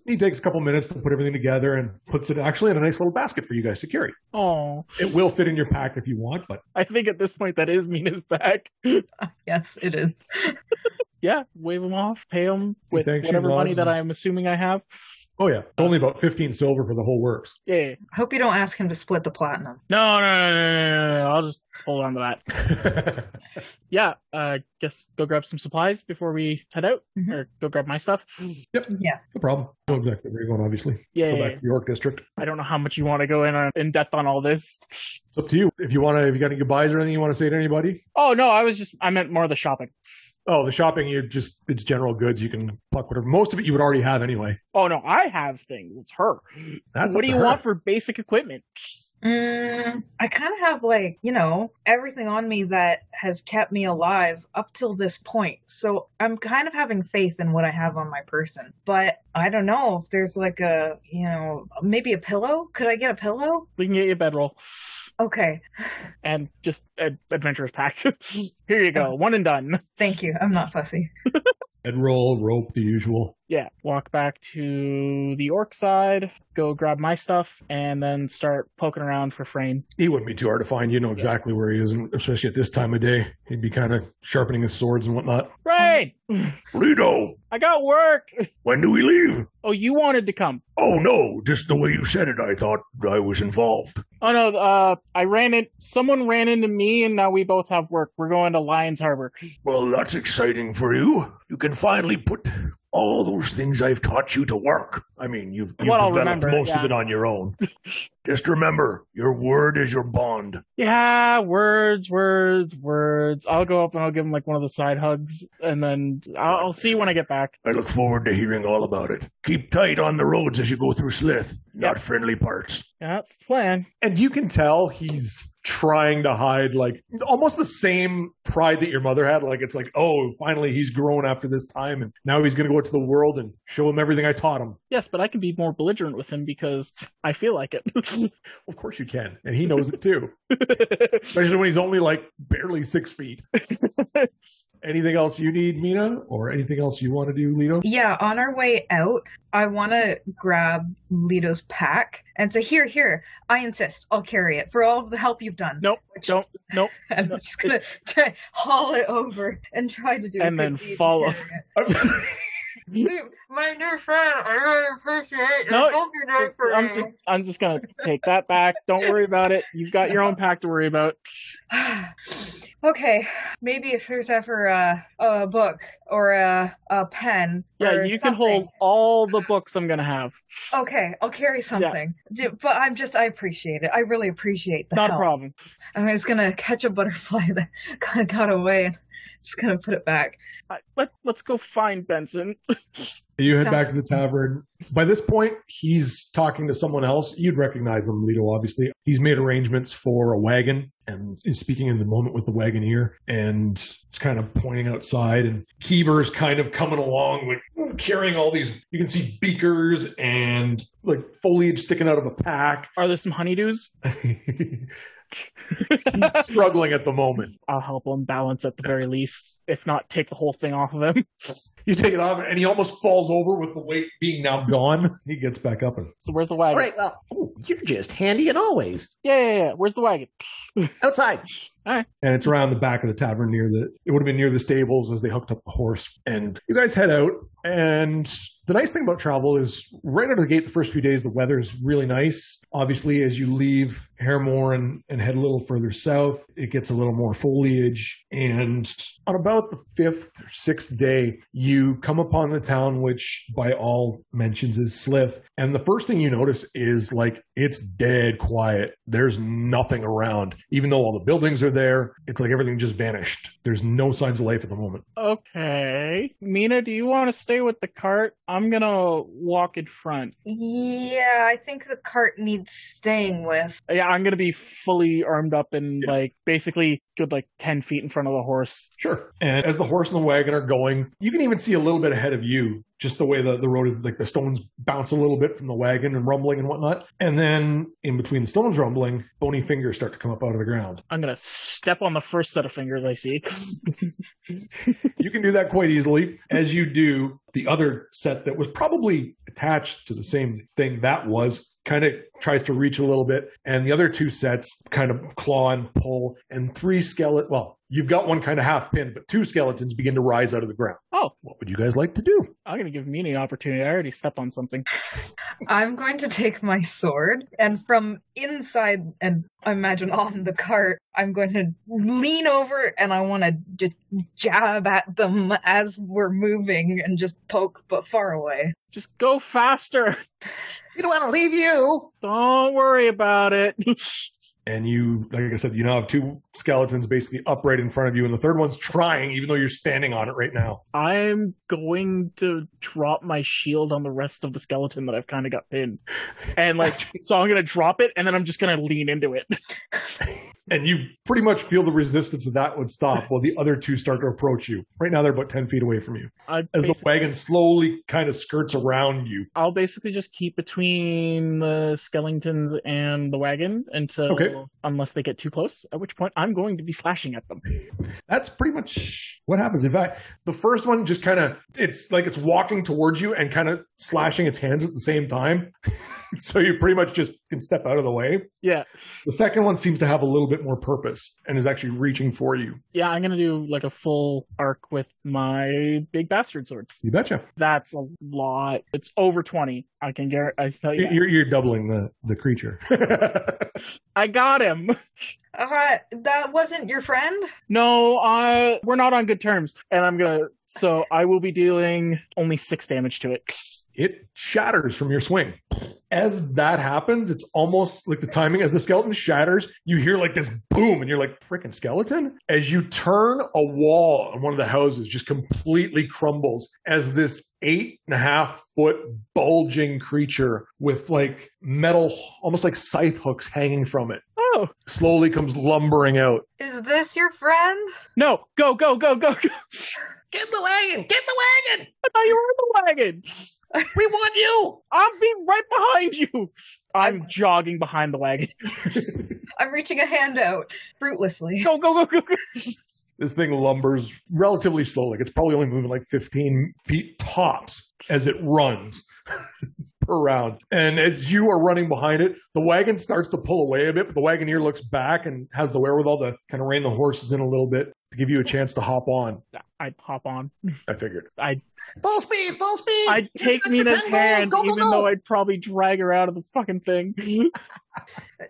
Speaker 1: he takes a couple minutes to put everything together and puts it actually in a nice little basket for you guys to carry.
Speaker 4: Oh,
Speaker 1: It will fit in your pack if you want, but
Speaker 4: I think at this point that is Mina's back.
Speaker 6: yes it is
Speaker 4: yeah, wave them off, pay them with
Speaker 1: Thanks,
Speaker 4: whatever
Speaker 1: you
Speaker 4: money
Speaker 1: lost
Speaker 4: that
Speaker 1: me.
Speaker 4: I'm assuming I have.
Speaker 1: oh yeah, it's only about fifteen silver for the whole works.
Speaker 4: Yeah.
Speaker 6: hope you don't ask him to split the platinum
Speaker 4: No, no, no, no, no, no, no. I'll just hold on to that. Yeah, uh, guess go grab some supplies before we head out,
Speaker 6: Mhm.
Speaker 4: or go grab my stuff.
Speaker 1: no problem. No exactly where you're going, obviously.
Speaker 4: Yeah,
Speaker 1: Go back to the York district.
Speaker 4: I don't know how much you want to go in on, in depth on all this.
Speaker 1: It's up to you. If you want to, if you got any goodbyes or anything you want to say to anybody.
Speaker 4: Oh no, I was just I meant more of the shopping.
Speaker 1: Oh, the shopping. You just it's general goods. You can pluck whatever. Most of it you would already have anyway.
Speaker 4: Oh no, I have things. It's her.
Speaker 1: That's
Speaker 4: what
Speaker 1: up
Speaker 4: do
Speaker 1: to
Speaker 4: you
Speaker 1: her.
Speaker 4: want for basic equipment?
Speaker 6: Mm, I kind of have like, you know, everything on me that has kept me alive up till this point. So I'm kind of having faith in what I have on my person. But I don't know if there's like a, you know, maybe a pillow. Could I get a pillow?
Speaker 4: We can get you a bedroll
Speaker 6: Oh. Okay.
Speaker 4: and just an adventurous pack. Here you go, one and done.
Speaker 6: Oh. Thank you. I'm not fussy.
Speaker 1: Head roll, rope, the usual.
Speaker 4: Yeah, walk back to the orc side, go grab my stuff, and then start poking around for Frame.
Speaker 1: he wouldn't be too hard to find. You know exactly where he is, and especially at this time of day, he'd be kind of sharpening his swords and whatnot.
Speaker 4: Frame,
Speaker 1: Lido,
Speaker 4: I got work.
Speaker 1: when do we leave?
Speaker 4: Oh, you wanted to come.
Speaker 1: Oh no, just the way you said it, I thought I was involved.
Speaker 4: Oh no, uh, I ran in. Someone ran into me, and now we both have work. We're going to Lions Harbor.
Speaker 1: Well, that's exciting for you. You can finally put all those things I've taught you to work. I mean, you've, you've
Speaker 4: What I'll
Speaker 1: developed
Speaker 4: remember,
Speaker 1: most
Speaker 4: yeah.
Speaker 1: of it on your own. just remember, your word is your bond.
Speaker 4: Yeah, words, words, words. I'll go up and I'll give him like one of the side hugs, and then I'll, I'll see when I get back.
Speaker 1: I look forward to hearing all about it. Keep tight on the roads as you go through Slith, not friendly parts.
Speaker 4: Yeah, that's the plan.
Speaker 1: And you can tell he's trying to hide, like, almost the same pride that your mother had. Like, it's like, oh, finally he's grown after this time, and now he's going to go out to the world and show him everything I taught him.
Speaker 4: Yes, but I can be more belligerent with him because I feel like it.
Speaker 1: Of course you can. And he knows it too, especially when he's only, like, barely six feet. Anything else you need, Mina? Or anything else you want to do, Lito?
Speaker 6: Yeah, on our way out, I want to grab Lito's pack and say, "Here, here, I insist. I'll carry it for all of the help you've done."
Speaker 4: Nope, don't. Nope.
Speaker 6: I'm
Speaker 4: no,
Speaker 6: just gonna try, haul it over and try to do. a
Speaker 4: And
Speaker 6: good
Speaker 4: then
Speaker 6: deed
Speaker 4: fall
Speaker 6: and
Speaker 4: off.
Speaker 6: carry it. Dude, My new friend, I really appreciate your
Speaker 4: No, um,
Speaker 6: help you did for
Speaker 4: I'm
Speaker 6: me.
Speaker 4: just, I'm just gonna take that back. Don't worry about it. You've got your own pack to worry about.
Speaker 6: okay, maybe if there's ever a, a book or a, a pen.
Speaker 4: Yeah,
Speaker 6: or
Speaker 4: you can
Speaker 6: something.
Speaker 4: hold all the books I'm gonna have.
Speaker 6: Okay, I'll carry something. Do- but I'm just, I appreciate it. I really appreciate the
Speaker 4: Not a
Speaker 6: help.
Speaker 4: problem.
Speaker 6: I'm just gonna catch a butterfly that got, got away and just gonna put it back.
Speaker 4: Uh, Let Let's go find Benson.
Speaker 1: You head
Speaker 6: So-
Speaker 1: back to the tavern. By this point, he's talking to someone else. You'd recognize him, Lito, obviously. He's made arrangements for a wagon and is speaking in the moment with the wagoneer and it's kind of pointing outside. And Keeber's kind of coming along, like carrying all these. You can see beakers and like foliage sticking out of a pack.
Speaker 4: Are there some honeydews?
Speaker 1: he's struggling at the moment.
Speaker 4: I'll help him balance at the very least, if not take the whole thing off of him.
Speaker 1: You take it off and he almost falls over with the weight being now gone. He gets back up and.
Speaker 4: So where's the
Speaker 7: All
Speaker 4: wagon?
Speaker 7: right, well, ooh, you're just handy and always.
Speaker 4: Yeah, yeah, yeah. Where's the wagon?
Speaker 7: Outside.
Speaker 1: and it's around the back of the tavern near the it would have been near the stables as they hooked up the horse and you guys head out and the nice thing about travel is right out of the gate the first few days the weather's really nice obviously as you leave Haremore and, and head a little further south it gets a little more foliage and on about the fifth or sixth day you come upon the town which by all mentions is slith and the first thing you notice is like it's dead quiet there's nothing around even though all the buildings are there it's like everything just vanished there's no signs of life at the moment
Speaker 4: Okay. Mina, do you want to stay with the cart? I'm gonna walk in front.
Speaker 6: Yeah, I think the cart needs staying with.
Speaker 4: Yeah, I'm gonna be fully armed up and
Speaker 1: Yeah.
Speaker 4: like basically good like ten feet in front of the horse.
Speaker 1: Sure. And as the horse and the wagon are going, you can even see a little bit ahead of you, just the way the, the road is like the stones bounce a little bit from the wagon and rumbling and whatnot. And then in between the stones rumbling, bony fingers start to come up out of the ground.
Speaker 4: I'm gonna step on the first set of fingers I see.
Speaker 1: You can do that quite easily. As you do, the other set that was probably attached to the same thing that was kind of tries to reach a little bit. And the other two sets kind of claw and pull, and three skeleton. Well, you've got one kind of half pinned, but two skeletons begin to rise out of the ground.
Speaker 4: Oh.
Speaker 1: what would you guys like to do?
Speaker 4: I'm gonna give Mina an opportunity. I already stepped on something.
Speaker 6: I'm going to take my sword and from inside and I imagine on the cart, I'm going to lean over and I want to just jab at them as we're moving and just poke but far away.
Speaker 4: Just go faster.
Speaker 7: We don't want to leave you.
Speaker 4: Don't worry about it.
Speaker 1: and you like i said you now have two skeletons basically upright in front of you and the third one's trying even though you're standing on it right now
Speaker 4: I'm going to drop my shield on the rest of the skeleton that I've kind of got pinned. And like, so I'm going to drop it and then I'm just going to lean into it.
Speaker 1: and you pretty much feel the resistance of that would stop while the other two start to approach you right now they're about 10 feet away from you
Speaker 4: I
Speaker 1: as the
Speaker 4: basi-
Speaker 1: wagon slowly kind of skirts around you
Speaker 4: I'll basically just keep between the skeletons and the wagon until,
Speaker 1: Okay.
Speaker 4: unless they get too close, at which point I'm going to be slashing at them.
Speaker 1: that's pretty much what happens in fact the first one just kind of it's like it's walking towards you and kind of slashing its hands at the same time so you pretty much just can step out of the way
Speaker 4: Yeah.
Speaker 1: the second one seems to have a little bit more purpose and is actually reaching for you
Speaker 4: Yeah, I'm going to do like a full arc with my big bastard sword.
Speaker 1: you betcha
Speaker 4: That's a lot. It's over 20. I can guarantee. I tell you.
Speaker 1: You're, you're doubling the, the creature.
Speaker 4: I got him.
Speaker 6: All right, Uh, that wasn't your friend?
Speaker 4: No, I we're not on good terms, and I'm gonna. So I will be dealing only six damage to it.
Speaker 1: it shatters from your swing. As that happens, it's almost like the timing. As the skeleton shatters, you hear like this boom, and you're like, freaking skeleton. As you turn, a wall on one of the houses just completely crumbles as this eight and a half foot bulging creature with like metal, almost like scythe hooks hanging from it,
Speaker 4: Oh
Speaker 1: slowly comes lumbering out.
Speaker 6: Is this your friend?
Speaker 4: no! Go go go go go! I
Speaker 7: Get in the wagon. Get in the wagon.
Speaker 4: thought you were in the wagon.
Speaker 7: We want you.
Speaker 4: I'll be right behind you. I'm jogging behind the wagon.
Speaker 6: I'm reaching a hand out fruitlessly.
Speaker 4: Go go go go go!
Speaker 1: this thing lumbers relatively slowly. It's probably only moving like 15 feet tops as it runs. around. And as you are running behind it, the wagon starts to pull away a bit, but the wagoneer looks back and has the wherewithal to kind of rein the horses in a little bit to give you a chance to hop on.
Speaker 4: I'd hop on.
Speaker 1: I figured.
Speaker 7: Full speed, full speed.
Speaker 4: I'd take
Speaker 7: Mr.
Speaker 4: Nina's
Speaker 7: Penguin,
Speaker 4: hand,
Speaker 7: go, go,
Speaker 4: even
Speaker 7: go.
Speaker 4: though I'd probably drag her out of the fucking thing.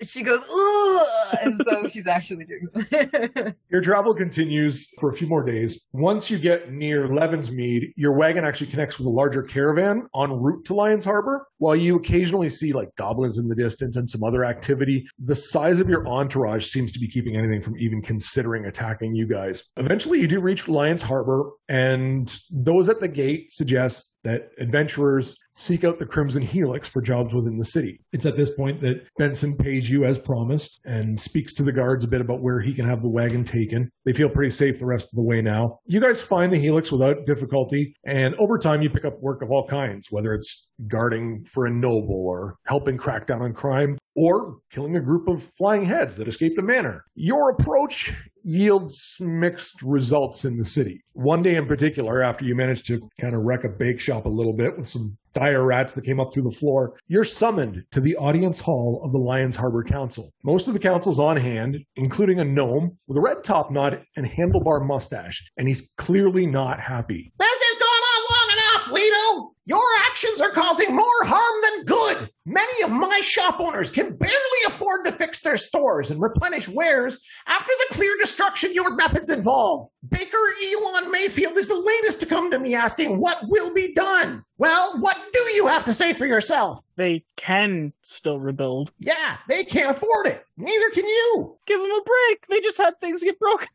Speaker 6: She goes, Ugh! and so she's actually doing it.
Speaker 1: Your travel continues for a few more days. Once you get near Levensmead, your wagon actually connects with a larger caravan en route to Lions Harbor. While you occasionally see like goblins in the distance and some other activity, the size of your entourage seems to be keeping anything from even considering attacking you guys. Eventually, you do reach Lions Harbor, and those at the gate suggest that adventurers seek out the Crimson Helix for jobs within the city. It's at this point that Benson pays you as promised and speaks to the guards a bit about where he can have the wagon taken. They feel pretty safe the rest of the way now. You guys find the Helix without difficulty, and over time you pick up work of all kinds, whether it's guarding for a noble or helping crack down on crime or killing a group of flying heads that escaped a manor. Your approach yields mixed results in the city. One day in particular, after you managed to kind of wreck a bake shop a little bit with some dire rats that came up through the floor, you're summoned to the audience hall of the Lions Harbor Council. Most of the council's on hand, including a gnome with a red top knot and handlebar mustache, and he's clearly not happy.
Speaker 7: This has gone on long enough, Leto! Your actions are causing more harm than good! Many of my shop owners can barely afford to fix their stores and replenish wares after the clear destruction your methods involve. Baker Elon Mayfield is the latest to come to me asking what will be done. Well, what do you have to say for yourself?
Speaker 4: They can still rebuild.
Speaker 7: Yeah, they can't afford it. Neither can you.
Speaker 4: Give them a break. They just had things get broken.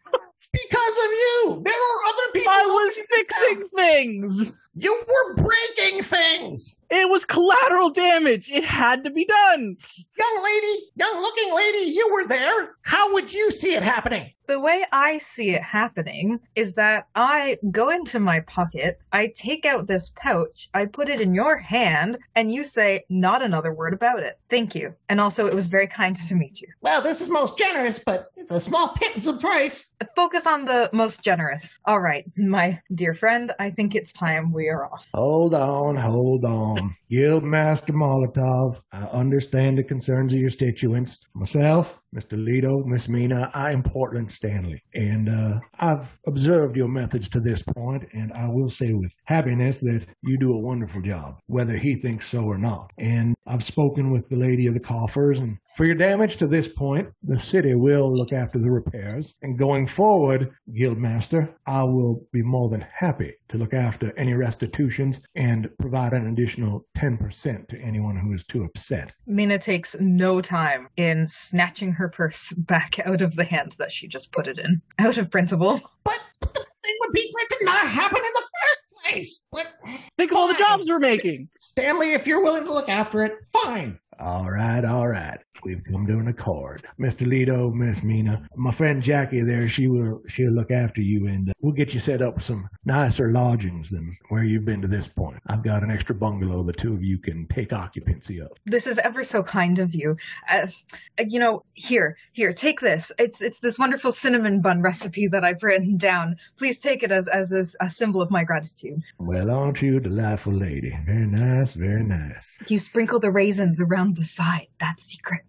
Speaker 7: Because of you, there are other people.
Speaker 4: I was
Speaker 7: looking at them.
Speaker 4: fixing things.
Speaker 7: You were breaking things.
Speaker 4: It was collateral damage. It had to be done.
Speaker 7: Young lady, young looking lady, you were there. How would you see it happening?
Speaker 6: the way I see it happening is that I go into my pocket, I take out this pouch, I put it in your hand, and you say, not another word about it. Thank you. And also, it was very kind to meet you.
Speaker 7: Well, this is most generous, but it's a small pittance of price.
Speaker 6: Focus on the most generous. All right, my dear friend, I think it's time we are off.
Speaker 8: Hold on, hold on. Guildmaster Molotov, I understand the concerns of your constituents. Myself, Mr. Lido, Miss Mina, I am Portland Stanley. And uh, I've observed your methods to this point, and I will say with happiness that you do a wonderful job, whether he thinks so or not. And I've spoken with the lady of the coffers, and for your damage to this point, the city will look after the repairs. And going forward, Guildmaster, I will be more than happy to look after any restitutions and provide an additional 10% to anyone who is too upset.
Speaker 6: Mina takes no time in snatching her purse back out of the hand that she just put it in. Out of principle.
Speaker 7: But, but the thing would be for it to not happen in the first place. But
Speaker 4: Think of all the jobs we're making.
Speaker 7: Stanley, if you're willing to look after it, fine.
Speaker 8: All right, all right. We've come to an accord. Mr. Lido, Miss Mina, my friend Jackie there, she will she'll look after you and uh, we'll get you set up with some nicer lodgings than where you've been to this point. I've got an extra bungalow the two of you can take occupancy of.
Speaker 6: this is ever so kind of you. Uh, you know, here, here, take this. It's it's this wonderful cinnamon bun recipe that I've written down. Please take it as as, as a symbol of my gratitude.
Speaker 8: Well, aren't you a delightful lady? Very nice, very nice.
Speaker 6: You sprinkle the raisins around the side. That's secret.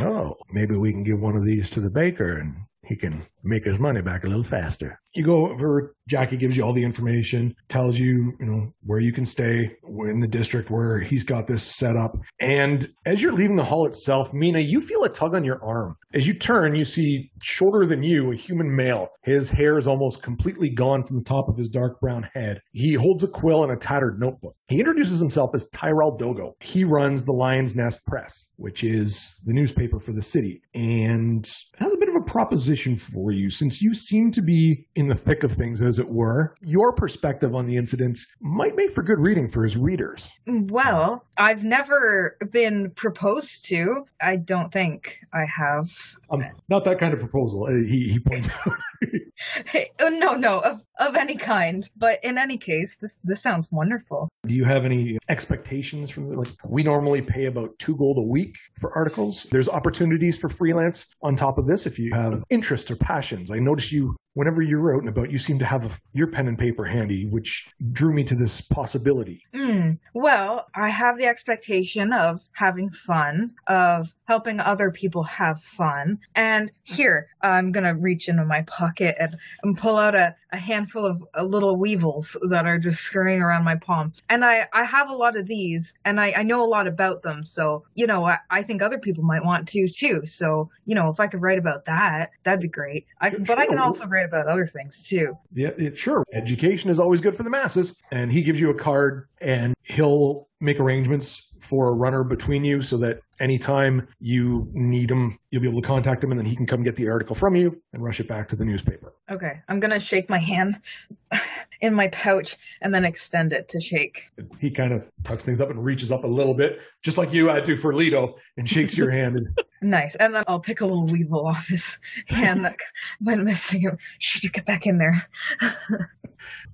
Speaker 8: Oh, maybe we can give one of these to the baker and he can make his money back a little faster.
Speaker 1: you go over jackie gives you all the information tells you you know where you can stay in the district where he's got this set up and as you're leaving the hall itself mina you feel a tug on your arm as you turn you see shorter than you a human male his hair is almost completely gone from the top of his dark brown head he holds a quill and a tattered notebook he introduces himself as tyrell dogo he runs the lion's nest press which is the newspaper for the city and has a bit of a proposition for you since you seem to be in the thick of things, as it were. Your perspective on the incidents might make for good reading for his readers.
Speaker 6: Well, I've never been proposed to. I don't think I have.
Speaker 1: Um, not that kind of proposal. uh, He, he points out.
Speaker 6: Hey, oh, no, no, of, of any kind. But in any case, this this sounds wonderful.
Speaker 1: Do you have any expectations from like we normally pay about two gold a week for articles? There's opportunities for freelance on top of this if you have interests or passions. I notice you whenever you're out and about, you seem to have your pen and paper handy, which drew me to this possibility.
Speaker 6: Mm. Well, I have the expectation of having fun, of helping other people have fun. And here, I'm going to reach into my pocket and, and pull out a, a handful of uh, little weevils that are just scurrying around my palm. And I, I have a lot of these, and I, I know a lot about them. So, you know, I, I think other people might want to too. So, you know, if I could write about that, that'd be great. I,
Speaker 1: Yeah,
Speaker 6: but I can
Speaker 1: sure.
Speaker 6: also write about other things too.
Speaker 1: Yeah, it, sure. Education is always good for the masses. And he gives you a card and he'll make arrangements for a runner between you so that anytime you need him, you'll be able to contact him and then he can come get the article from you and rush it back to the newspaper.
Speaker 6: Okay, I'm gonna shake my hand in my pouch and then extend it to shake.
Speaker 1: He kind of tucks things up and reaches up a little bit, just like you had to for Lido, and shakes your hand. And
Speaker 6: Nice. And then I'll pick a little weevil off his hand that went missing. Should you get back in there?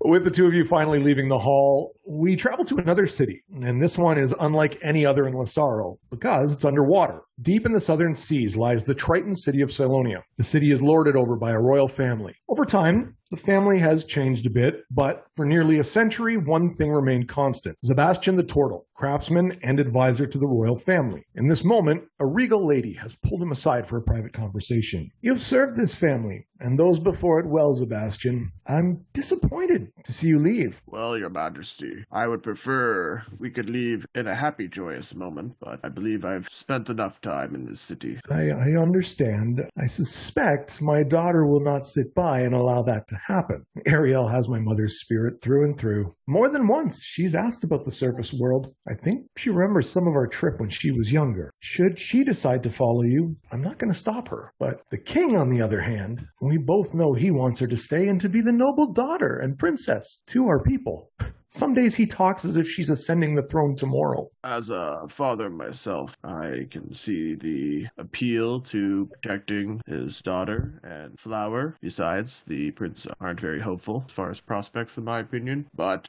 Speaker 1: with the two of you finally leaving the hall, we travel to another city. And this one is unlike any other in Lissaro because it's underwater. Deep in the southern seas lies the Triton city of Cylonia. The city is lorded over by a royal family. Over time, the family has changed a bit, but for nearly a century, one thing remained constant Sebastian the Turtle, craftsman and advisor to the royal family. In this moment, a regal lady has pulled him aside for a private conversation. You've served this family and those before it well, Sebastian. I'm disappointed to see you leave.
Speaker 3: Well, Your Majesty, I would prefer we could leave in a happy, joyous moment, but I believe I've spent enough time in this city.
Speaker 1: I, I understand. I suspect my daughter will not sit by and allow that to happen. Ariel has my mother's spirit through and through. More than once, she's asked about the surface world. I think she remembers some of our trip when she was younger. Should she decide to follow you, I'm not going to stop her. But the king, on the other hand, we both know he wants her to stay and to be the noble daughter and princess to our people. Some days he talks as if she's ascending the throne tomorrow.
Speaker 3: As a father myself, I can see the appeal to protecting his daughter and flower. Besides, the prince aren't very hopeful as far as prospects, in my opinion. But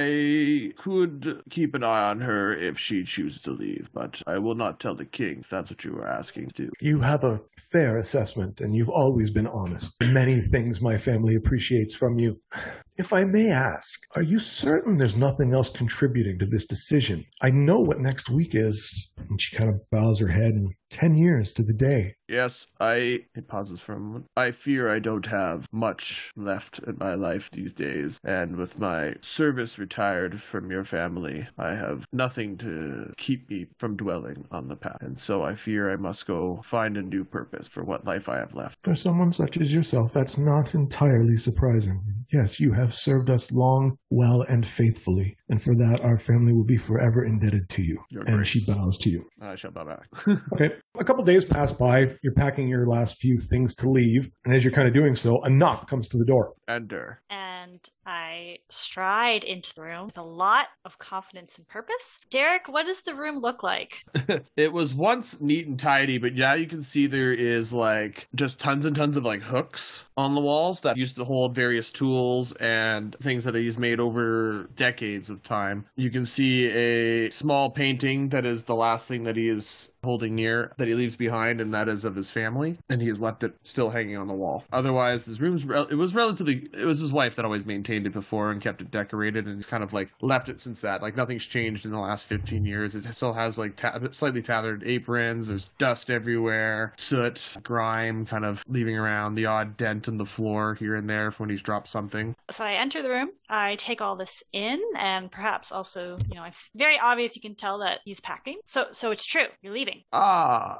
Speaker 3: I could keep an eye on her if she chooses to leave, but I will not tell the king if that's what you were asking to.
Speaker 1: You have a fair assessment, and you've always been honest. Many things my family appreciates from you. If I may ask, are you certain there's nothing else contributing to this decision? I know what next week is. And she kind of bows her head, and 10 years to the day.
Speaker 3: Yes, I. It pauses for a moment. I fear I don't have much left in my life these days, and with my service retired from your family, I have nothing to keep me from dwelling on the past, and so I fear I must go find a new purpose for what life I have left.
Speaker 1: For someone such as yourself, that's not entirely surprising. Yes, you have served us long, well, and faithfully, and for that our family will be forever indebted to you.
Speaker 3: Your
Speaker 1: and she
Speaker 3: grace.
Speaker 1: bows to you.
Speaker 3: I shall bow back.
Speaker 1: Okay. A couple days pass by. You're packing your last few things to leave. And as you're kind of doing so, a knock comes to the door.
Speaker 3: Ender.
Speaker 2: and I stride into the room with a lot of confidence and purpose. Derek, what does the room look like?
Speaker 3: It was once neat and tidy, but now you can see there is like just tons and tons of like hooks on the walls that used to hold various tools and things that he's made over decades of time. You can see a small painting that is the last thing that he is holding near that he leaves behind, and that is of his family, and he has left it still hanging on the wall. Otherwise, his room's rel- it was relatively it was his wife that always maintained it before and kept it decorated, and he's kind of like left it since that. Like nothing's changed in the last fifteen years. It still has like ta- slightly tattered aprons. There's dust everywhere, soot, grime, kind of leaving around the odd dent in the floor here and there from when he's dropped something.
Speaker 2: So I enter the room, I take all this in, and perhaps also, you know, it's very obvious you can tell that he's packing. So so it's true, you're leaving.
Speaker 3: Ah,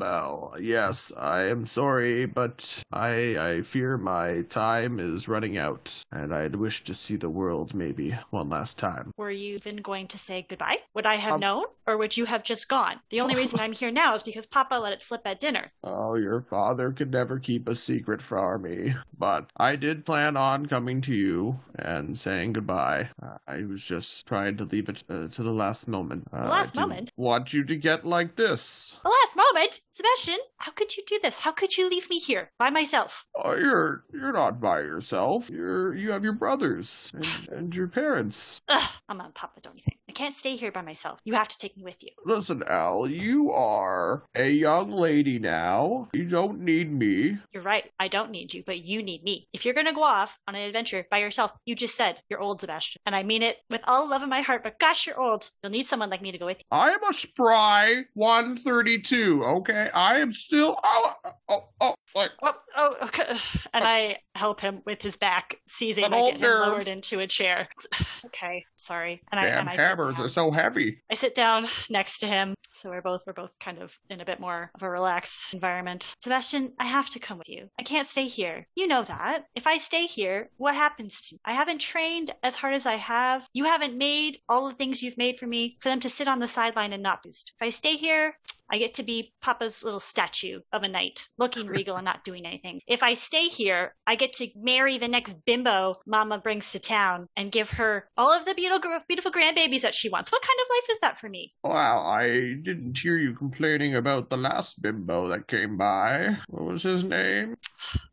Speaker 3: Elbel. Yes, I am sorry, but I I fear my time is running out, and I'd wish to see the world maybe one last time.
Speaker 2: Were you even going to say goodbye? Would I have
Speaker 3: Um,
Speaker 2: known, or would you have just gone? The only reason I'm here now is because Papa let it slip at dinner.
Speaker 3: Oh, your father could never keep a secret from me, but I did plan on coming to you and saying goodbye. Uh, I was just trying to leave it uh, to the last moment. Uh, I
Speaker 2: last
Speaker 3: didn't
Speaker 2: moment?
Speaker 3: Want you to get like this?
Speaker 2: The last last moment, Sebastian, how could you do this? How could you leave me here by myself?
Speaker 3: Oh, you're you're not by yourself. You're you have your brothers and, and your parents.
Speaker 2: Ugh, I'm on Papa, don't you think? I can't stay here by myself. You have to take me with you.
Speaker 3: Listen, Al, you are a young lady now. You don't need me.
Speaker 2: You're right. I don't need you, but you need me. If you're going to go off on an adventure by yourself, you just said you're old, Sebastian. And I mean it with all love in my heart, but gosh, you're old. You'll need someone like me to go with you.
Speaker 3: I am a spry 132. Okay, I am still. Oh, oh, oh like
Speaker 2: Oh, oh, okay. And I help him with his back, seizing
Speaker 3: An
Speaker 2: I
Speaker 3: old
Speaker 2: get him
Speaker 3: nerve.
Speaker 2: lowered into a chair. okay, sorry. And I,
Speaker 3: damn
Speaker 2: and I sit
Speaker 3: hammers
Speaker 2: down.
Speaker 3: are so heavy.
Speaker 2: I sit down next to him, so we're both we're both kind of in a bit more of a relaxed environment. Sebastian, I have to come with you. I can't stay here. You know that. If I stay here, what happens to me? I haven't trained as hard as I have. You haven't made all the things you've made for me for them to sit on the sideline and not boost. If I stay here, I get to be Papa's little statue of a knight, looking regal and not doing anything. If I stay here, I get to marry the next bimbo Mama brings to town and give her all of the beautiful, beautiful grandbabies that she wants. What kind of life is that for me?
Speaker 3: Wow, I didn't hear you complaining about the last bimbo that came by. What was his name?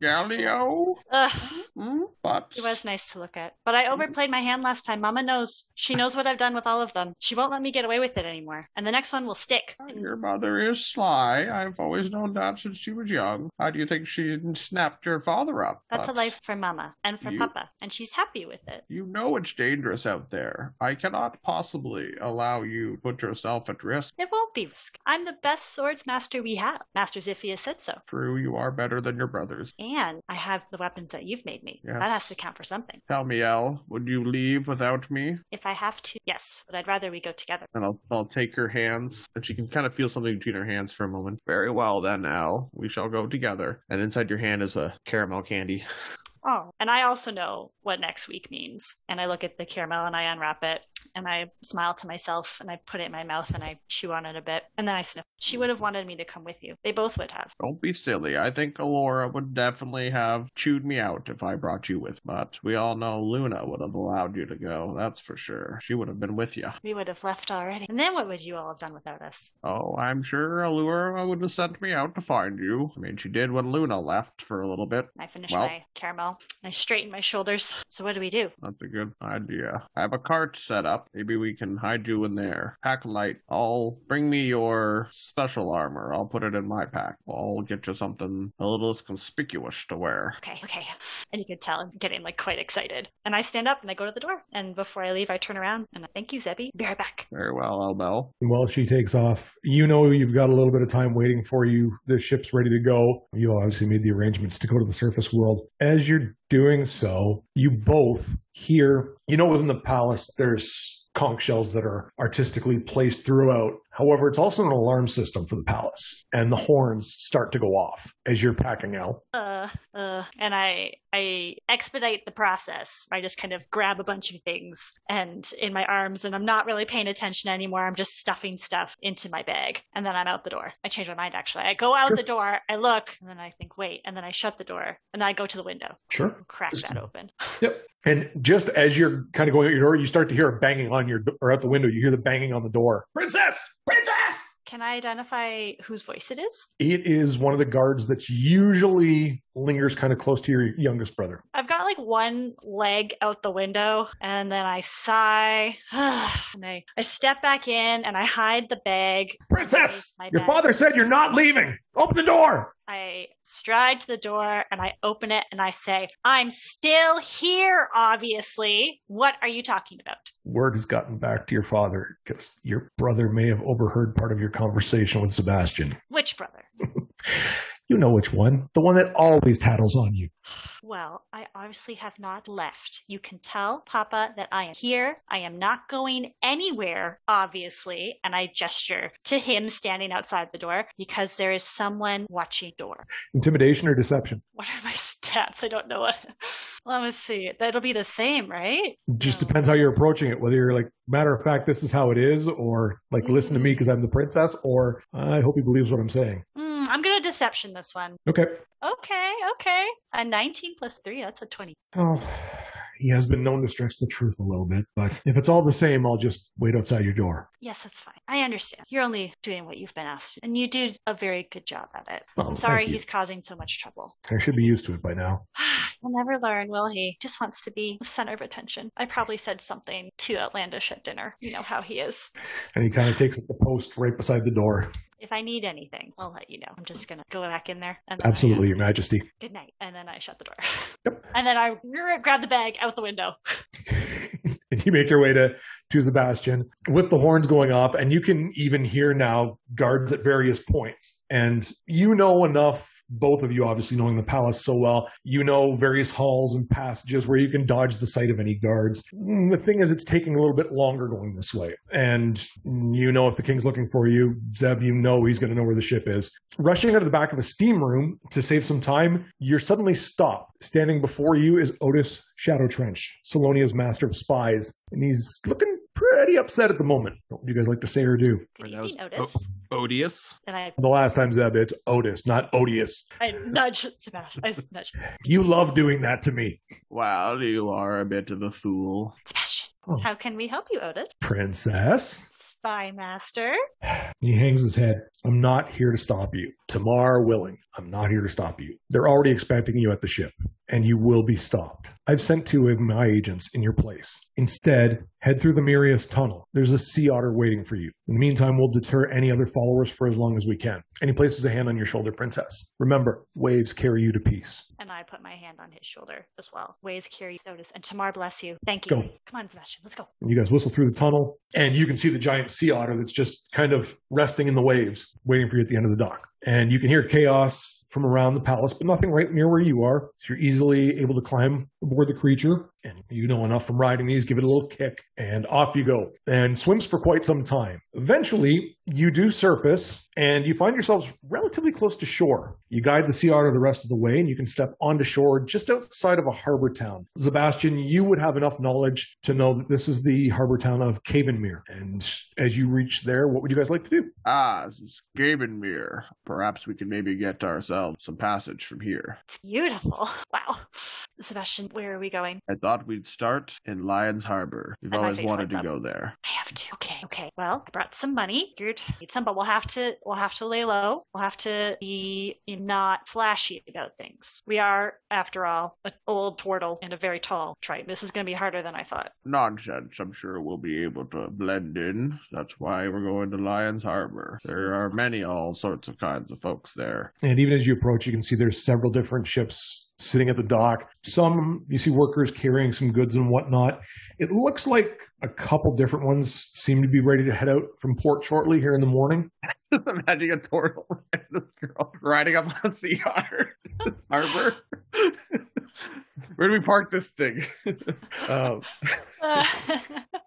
Speaker 3: Galileo?
Speaker 2: Ugh,
Speaker 3: Hmm? But
Speaker 2: it was nice to look at. But I overplayed my hand last time. Mama knows. She knows what I've done with all of them. She won't let me get away with it anymore. And the next one will stick.
Speaker 3: Your mother is sly. I've always known that since she was young. How do you think she snapped your father up?
Speaker 2: That's a
Speaker 3: But
Speaker 2: life for Mama and for
Speaker 3: You-
Speaker 2: Papa. And she's happy with it.
Speaker 3: You know it's dangerous out there. I cannot possibly allow you to put yourself at risk.
Speaker 2: It won't be risk. I'm the best swords master we have. Master Ziphius said so.
Speaker 3: True, you are better than your brothers.
Speaker 2: And I have the weapons that you've made me. That
Speaker 3: Yes.
Speaker 2: has to count for something.
Speaker 3: Tell me, Elle, would you leave without me?
Speaker 2: If I have to, yes, but I'd rather we go together.
Speaker 3: And I'll, I'll take her hands, and she can kind of feel something between her hands for a moment. Very well, then, Al. We shall go together. And inside your hand is a caramel candy.
Speaker 2: Oh. And I also know what next week means. And I look at the caramel and I unwrap it and I smile to myself and I put it in my mouth and I chew on it a bit and then I sniff. She would have wanted me to come with you. They both would have.
Speaker 3: Don't be silly. I think Alora would definitely have chewed me out if I brought you with, but we all know Luna would have allowed you to go, that's for sure. She would have been with you.
Speaker 2: We would have left already. And then what would you all have done without us?
Speaker 3: Oh, I'm sure Alora would have sent me out to find you. I mean, she did when Luna left for a little bit.
Speaker 2: And I finish
Speaker 3: Well-
Speaker 2: my caramel and I straighten my shoulders. So what do we do?
Speaker 3: That's a good idea. I have a cart set up. Maybe we can hide you in there. Pack light. I'll bring me your special armor. I'll put it in my pack. I'll get you something a little less conspicuous to wear.
Speaker 2: Okay, okay. And you can tell I'm getting like quite excited. And I stand up and I go to the door. And before I leave, I turn around and I thank you, Zebby. Be right back.
Speaker 3: Very well, Elbel.
Speaker 1: While she takes off, you know you've got a little bit of time waiting for you. The ship's ready to go. You obviously made the arrangements to go to the surface world. As you're doing so, you both hear, you know, within the palace, there's conch shells that are artistically placed throughout. However, it's also an alarm system for the palace, and the horns start to go off as you're packing out.
Speaker 2: uh, uh, and I I expedite the process. I just kind of grab a bunch of things and in my arms, and I'm not really paying attention anymore. I'm just stuffing stuff into my bag, and then I'm out the door. I change my mind actually. I go out
Speaker 1: Sure.
Speaker 2: the door, I look, and then I think, wait, and then I shut the door, and then I go to the window,
Speaker 1: Sure.
Speaker 2: crack that open.
Speaker 1: And just as you're kind of going out your door, you start to hear a banging on your or out the window. You hear the banging on the door.
Speaker 7: Princess! Princess!
Speaker 2: Can I identify whose voice it is?
Speaker 1: It is one of the guards that's usually lingers kind of close to your youngest brother.
Speaker 2: I've got like one leg out the window and then I sigh and I, I step back in and I hide the bag.
Speaker 7: Princess!
Speaker 2: My
Speaker 7: Your
Speaker 2: bag.
Speaker 7: father said you're not leaving! Open the door!
Speaker 2: I stride to the door and I open it and I say, I'm still here, obviously. What are you talking about?
Speaker 1: Word has gotten back to your father because your brother may have overheard part of your conversation with Sebastian.
Speaker 2: Which brother?
Speaker 1: You know which one. The one that always tattles on you.
Speaker 2: Well, I obviously have not left. You can tell Papa that I am here. I am not going anywhere, obviously. And I gesture to him standing outside the door because there is someone watching the door.
Speaker 1: Intimidation or deception?
Speaker 2: What are my stats? I don't know what. Let me see. That'll be the same, right?
Speaker 1: Just
Speaker 2: No.
Speaker 1: depends how you're approaching it. Whether you're like, matter of fact, this is how it is, or like, listen to me
Speaker 2: Mm-hmm.
Speaker 1: because I'm the princess, or I hope he believes what I'm saying.
Speaker 2: Mm, I'm going to deception this one.
Speaker 1: Okay.
Speaker 2: Okay, okay. A 19 plus 3, that's a 20.
Speaker 1: Oh, He has been known to stretch the truth a little bit, but if it's all the same, I'll just wait outside your door.
Speaker 2: Yes, that's fine. I understand. You're only doing what you've been asked, to, and you do a very good job at it.
Speaker 1: Oh,
Speaker 2: I'm sorry
Speaker 1: thank you.
Speaker 2: he's causing so much trouble.
Speaker 1: I should be used to it by now.
Speaker 2: He'll never learn, will he? Just wants to be the center of attention. I probably said something too outlandish at dinner. You know how he is.
Speaker 1: And he kind of takes up the post right beside the door.
Speaker 2: If I need anything, I'll let you know. I'm just gonna go back in there. And then I- uh,
Speaker 1: Absolutely, Your Majesty.
Speaker 2: good night. And then I shut the door. And then I grab the bag out the window.
Speaker 1: and you make your way to to Sebastian with the horns going off, and you can even hear now guards at various points. And you know enough, both of you obviously knowing the palace so well, you know various halls and passages where you can dodge the sight of any guards. Mm, The thing is, it's taking a little bit longer going this way, and you know if the king's looking for you, Zeb, you know he's going to know where the ship is. Rushing out of the back of a steam room to save some time, you're suddenly stopped. Standing before you is Otis Shadow Trench, Salonia's master of spies, and he's looking pretty upset at the moment. What would you guys like to say or do?
Speaker 2: Good
Speaker 9: Or that
Speaker 2: evening,
Speaker 9: was-
Speaker 2: Otis.
Speaker 9: oh, odious.
Speaker 2: And I,
Speaker 1: The last time, Zeb, it's Otis, not odious.
Speaker 2: I nudge Sebastian. I nudge
Speaker 1: You love doing that to me,
Speaker 3: Wow, you are a bit of a fool.
Speaker 2: Sebastian.
Speaker 1: Oh.
Speaker 2: How can we help you, Otis?
Speaker 1: princess.
Speaker 2: Spy master.
Speaker 1: He hangs his head. I'm not here to stop you. Tomorrow willing. I'm not here to stop you. They're already expecting you at the ship, and you will be stopped. I've sent two of my agents in your place. Instead, head through the Mirius tunnel. There's a sea otter waiting for you. In the meantime, we'll deter any other followers for as long as we can. And he places a hand on your shoulder, Princess. Remember, waves carry you to peace.
Speaker 2: And I put my hand on his shoulder as well. Waves carry Otis. And Tamar, bless you. Thank you.
Speaker 1: Go.
Speaker 2: Come on, Sebastian. Let's go.
Speaker 1: And you guys whistle through the tunnel, and you can see the giant sea otter that's just kind of resting in the waves, waiting for you at the end of the dock. And you can hear chaos from around the palace, but nothing right near where you are. So you're easily able to climb aboard the creature. And you know enough from riding these, give it a little kick, and off you go. And swims for quite some time. Eventually, you do surface, and you find yourselves relatively close to shore. You guide the sea otter the rest of the way, and you can step onto shore just outside of a harbor town. Sebastian, you would have enough knowledge to know that this is the harbor town of Cavenmere. And as you reach there, what would you guys like to do?
Speaker 3: Ah, this is Gabenmere. Perhaps we can maybe get ourselves some passage from here.
Speaker 2: It's beautiful. Wow. Sebastian, where are we going?
Speaker 3: I thought we'd start in Lion's Harbor. We've
Speaker 2: And my
Speaker 3: always
Speaker 2: face
Speaker 3: wanted
Speaker 2: lights
Speaker 3: to
Speaker 2: up.
Speaker 3: go there.
Speaker 2: I have to. Okay. Okay. Well, I brought some money. Figured need some, but we'll have to. We'll have to lay low. We'll have to be not flashy about things. We are, after all, an old turtle and a very tall triton. This is going to be harder than I thought.
Speaker 3: Nonsense. I'm sure we'll be able to blend in. That's why we're going to Lion's Harbor. There are many all sorts of kinds of folks there.
Speaker 1: And even as you approach, you can see there's several different ships sitting at the dock. Some you see workers carrying some goods and whatnot. It looks like a couple different ones seem to be ready to head out from port shortly here in the morning.
Speaker 3: Imagine a turtle and this girl riding up on the harbor. harbor. Where do we park this thing? um,
Speaker 2: Uh,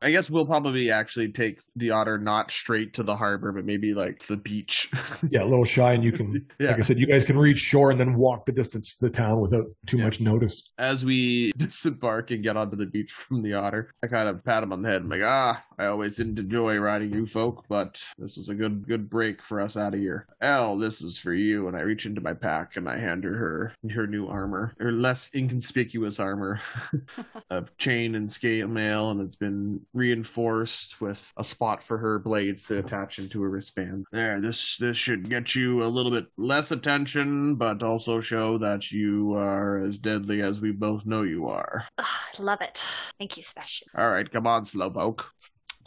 Speaker 3: I guess we'll probably actually take the otter not straight to the harbor, but maybe like the beach.
Speaker 1: Yeah, a little shy, and you can,
Speaker 3: yeah.
Speaker 1: like I said, you guys can reach shore and then walk the distance to the town without too
Speaker 3: Yeah.
Speaker 1: much notice.
Speaker 3: As we disembark and get onto the beach from the otter, I kind of pat him on the head. I'm like, ah, I always didn't enjoy riding you folk, but this was a good good break for us out of here. L, this is for you. And I reach into my pack and I hand her her, her new armor, her less inconspicuous armor of chain and scale mail, and it's been reinforced with a spot for her blades to attach into her wristband. There, this this should get you a little bit less attention, but also show that you are as deadly as we both know you are.
Speaker 2: ah, I love it. Thank you, Sebastian.
Speaker 3: All right, come on, slowpoke.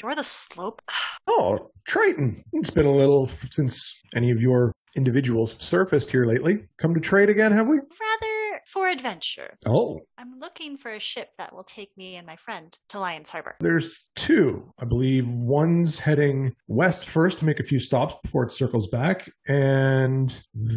Speaker 2: You're the slope.
Speaker 1: Oh, Triton. It's been a little f- since any of your individuals have surfaced here lately. Come to trade again, have we?
Speaker 2: Rather for adventure.
Speaker 1: Oh,
Speaker 2: I'm looking for a ship that will take me and my friend to Lion's Harbor.
Speaker 1: there's two. I believe one's heading west first to make a few stops before it circles back. And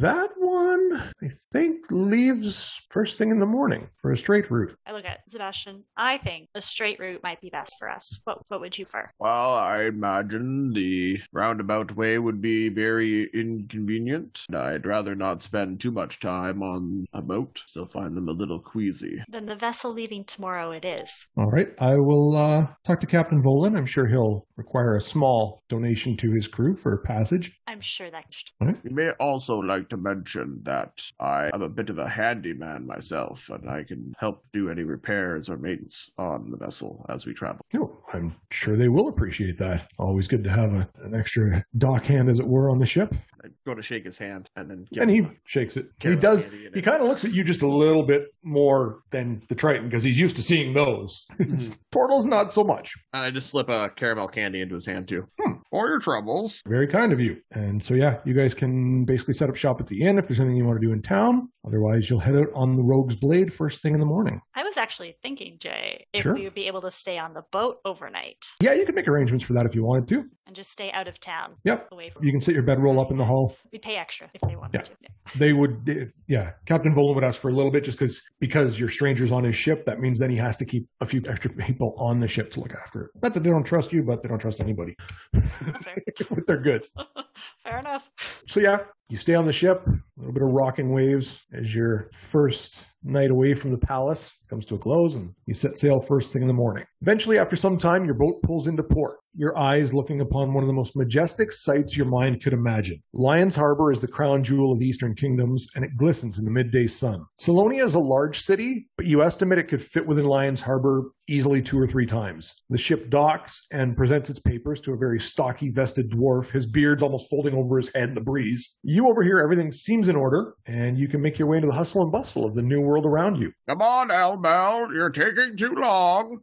Speaker 1: that one, I think, leaves first thing in the morning for a straight route.
Speaker 2: I look at Sebastian. I think a straight route might be best for us. What What would you prefer?
Speaker 3: Well, I imagine the roundabout way would be very inconvenient. and I'd rather not spend too much time on a boat, so find them a little queasy.
Speaker 2: Then the vessel leaving tomorrow it is.
Speaker 1: All right. I will uh, talk to Captain Volin. I'm sure he'll require a small donation to his crew for passage.
Speaker 2: I'm sure that
Speaker 3: You may also like to mention that I am a bit of a handyman myself, and I can help do any repairs or maintenance on the vessel as we travel.
Speaker 1: Oh, I'm sure they will appreciate that. Always good to have a, an extra dock hand, as it were, on the ship.
Speaker 3: I go to shake his hand, and then
Speaker 1: and he shakes it. He does. He kind of looks at you just a little bit more than the Triton because he's used to seeing those.
Speaker 3: Mhm.
Speaker 1: Turtles, not so much.
Speaker 3: And I just slip a caramel candy into his hand too.
Speaker 1: Hmm.
Speaker 3: Or your troubles.
Speaker 1: Very kind of you. And so, yeah, you guys can basically set up shop at the inn if there's anything you want to do in town. Otherwise, you'll head out on the Rogue's Blade first thing in the morning.
Speaker 2: I was actually thinking, Jay, if
Speaker 1: Sure.
Speaker 2: we would be able to stay on the boat overnight
Speaker 1: Yeah, you can make arrangements for that if you wanted to.
Speaker 2: and just stay out of town.
Speaker 1: Yep.
Speaker 2: Away from
Speaker 1: You can set your bedroll up in the hall.
Speaker 2: We pay extra if they want
Speaker 1: Yeah.
Speaker 2: to.
Speaker 1: They would, eh, yeah. Captain Volan would ask for a little bit just because because your stranger's on his ship. That means then he has to keep a few extra people on the ship to look after it. Not that they don't trust you, but they don't trust anybody
Speaker 2: That's fair.
Speaker 1: with their goods.
Speaker 2: fair enough.
Speaker 1: So yeah, you stay on the ship. A little bit of rocking waves as your first night away from the palace comes to a close, and you set sail first thing in the morning. Eventually, after some time, your boat pulls into port. Your eyes looking upon one of the most majestic sights your mind could imagine. Lion's Harbor is the crown jewel of the Eastern Kingdoms, and it glistens in the midday sun. Salonia is a large city, but you estimate it could fit within Lion's Harbor easily two or three times. The ship docks and presents its papers to a very stocky vested dwarf, his beard's almost folding over his head in the breeze. You overhear everything seems in order, and you can make your way into the hustle and bustle of the new world around you.
Speaker 3: Come on, Elmel, you're taking too long.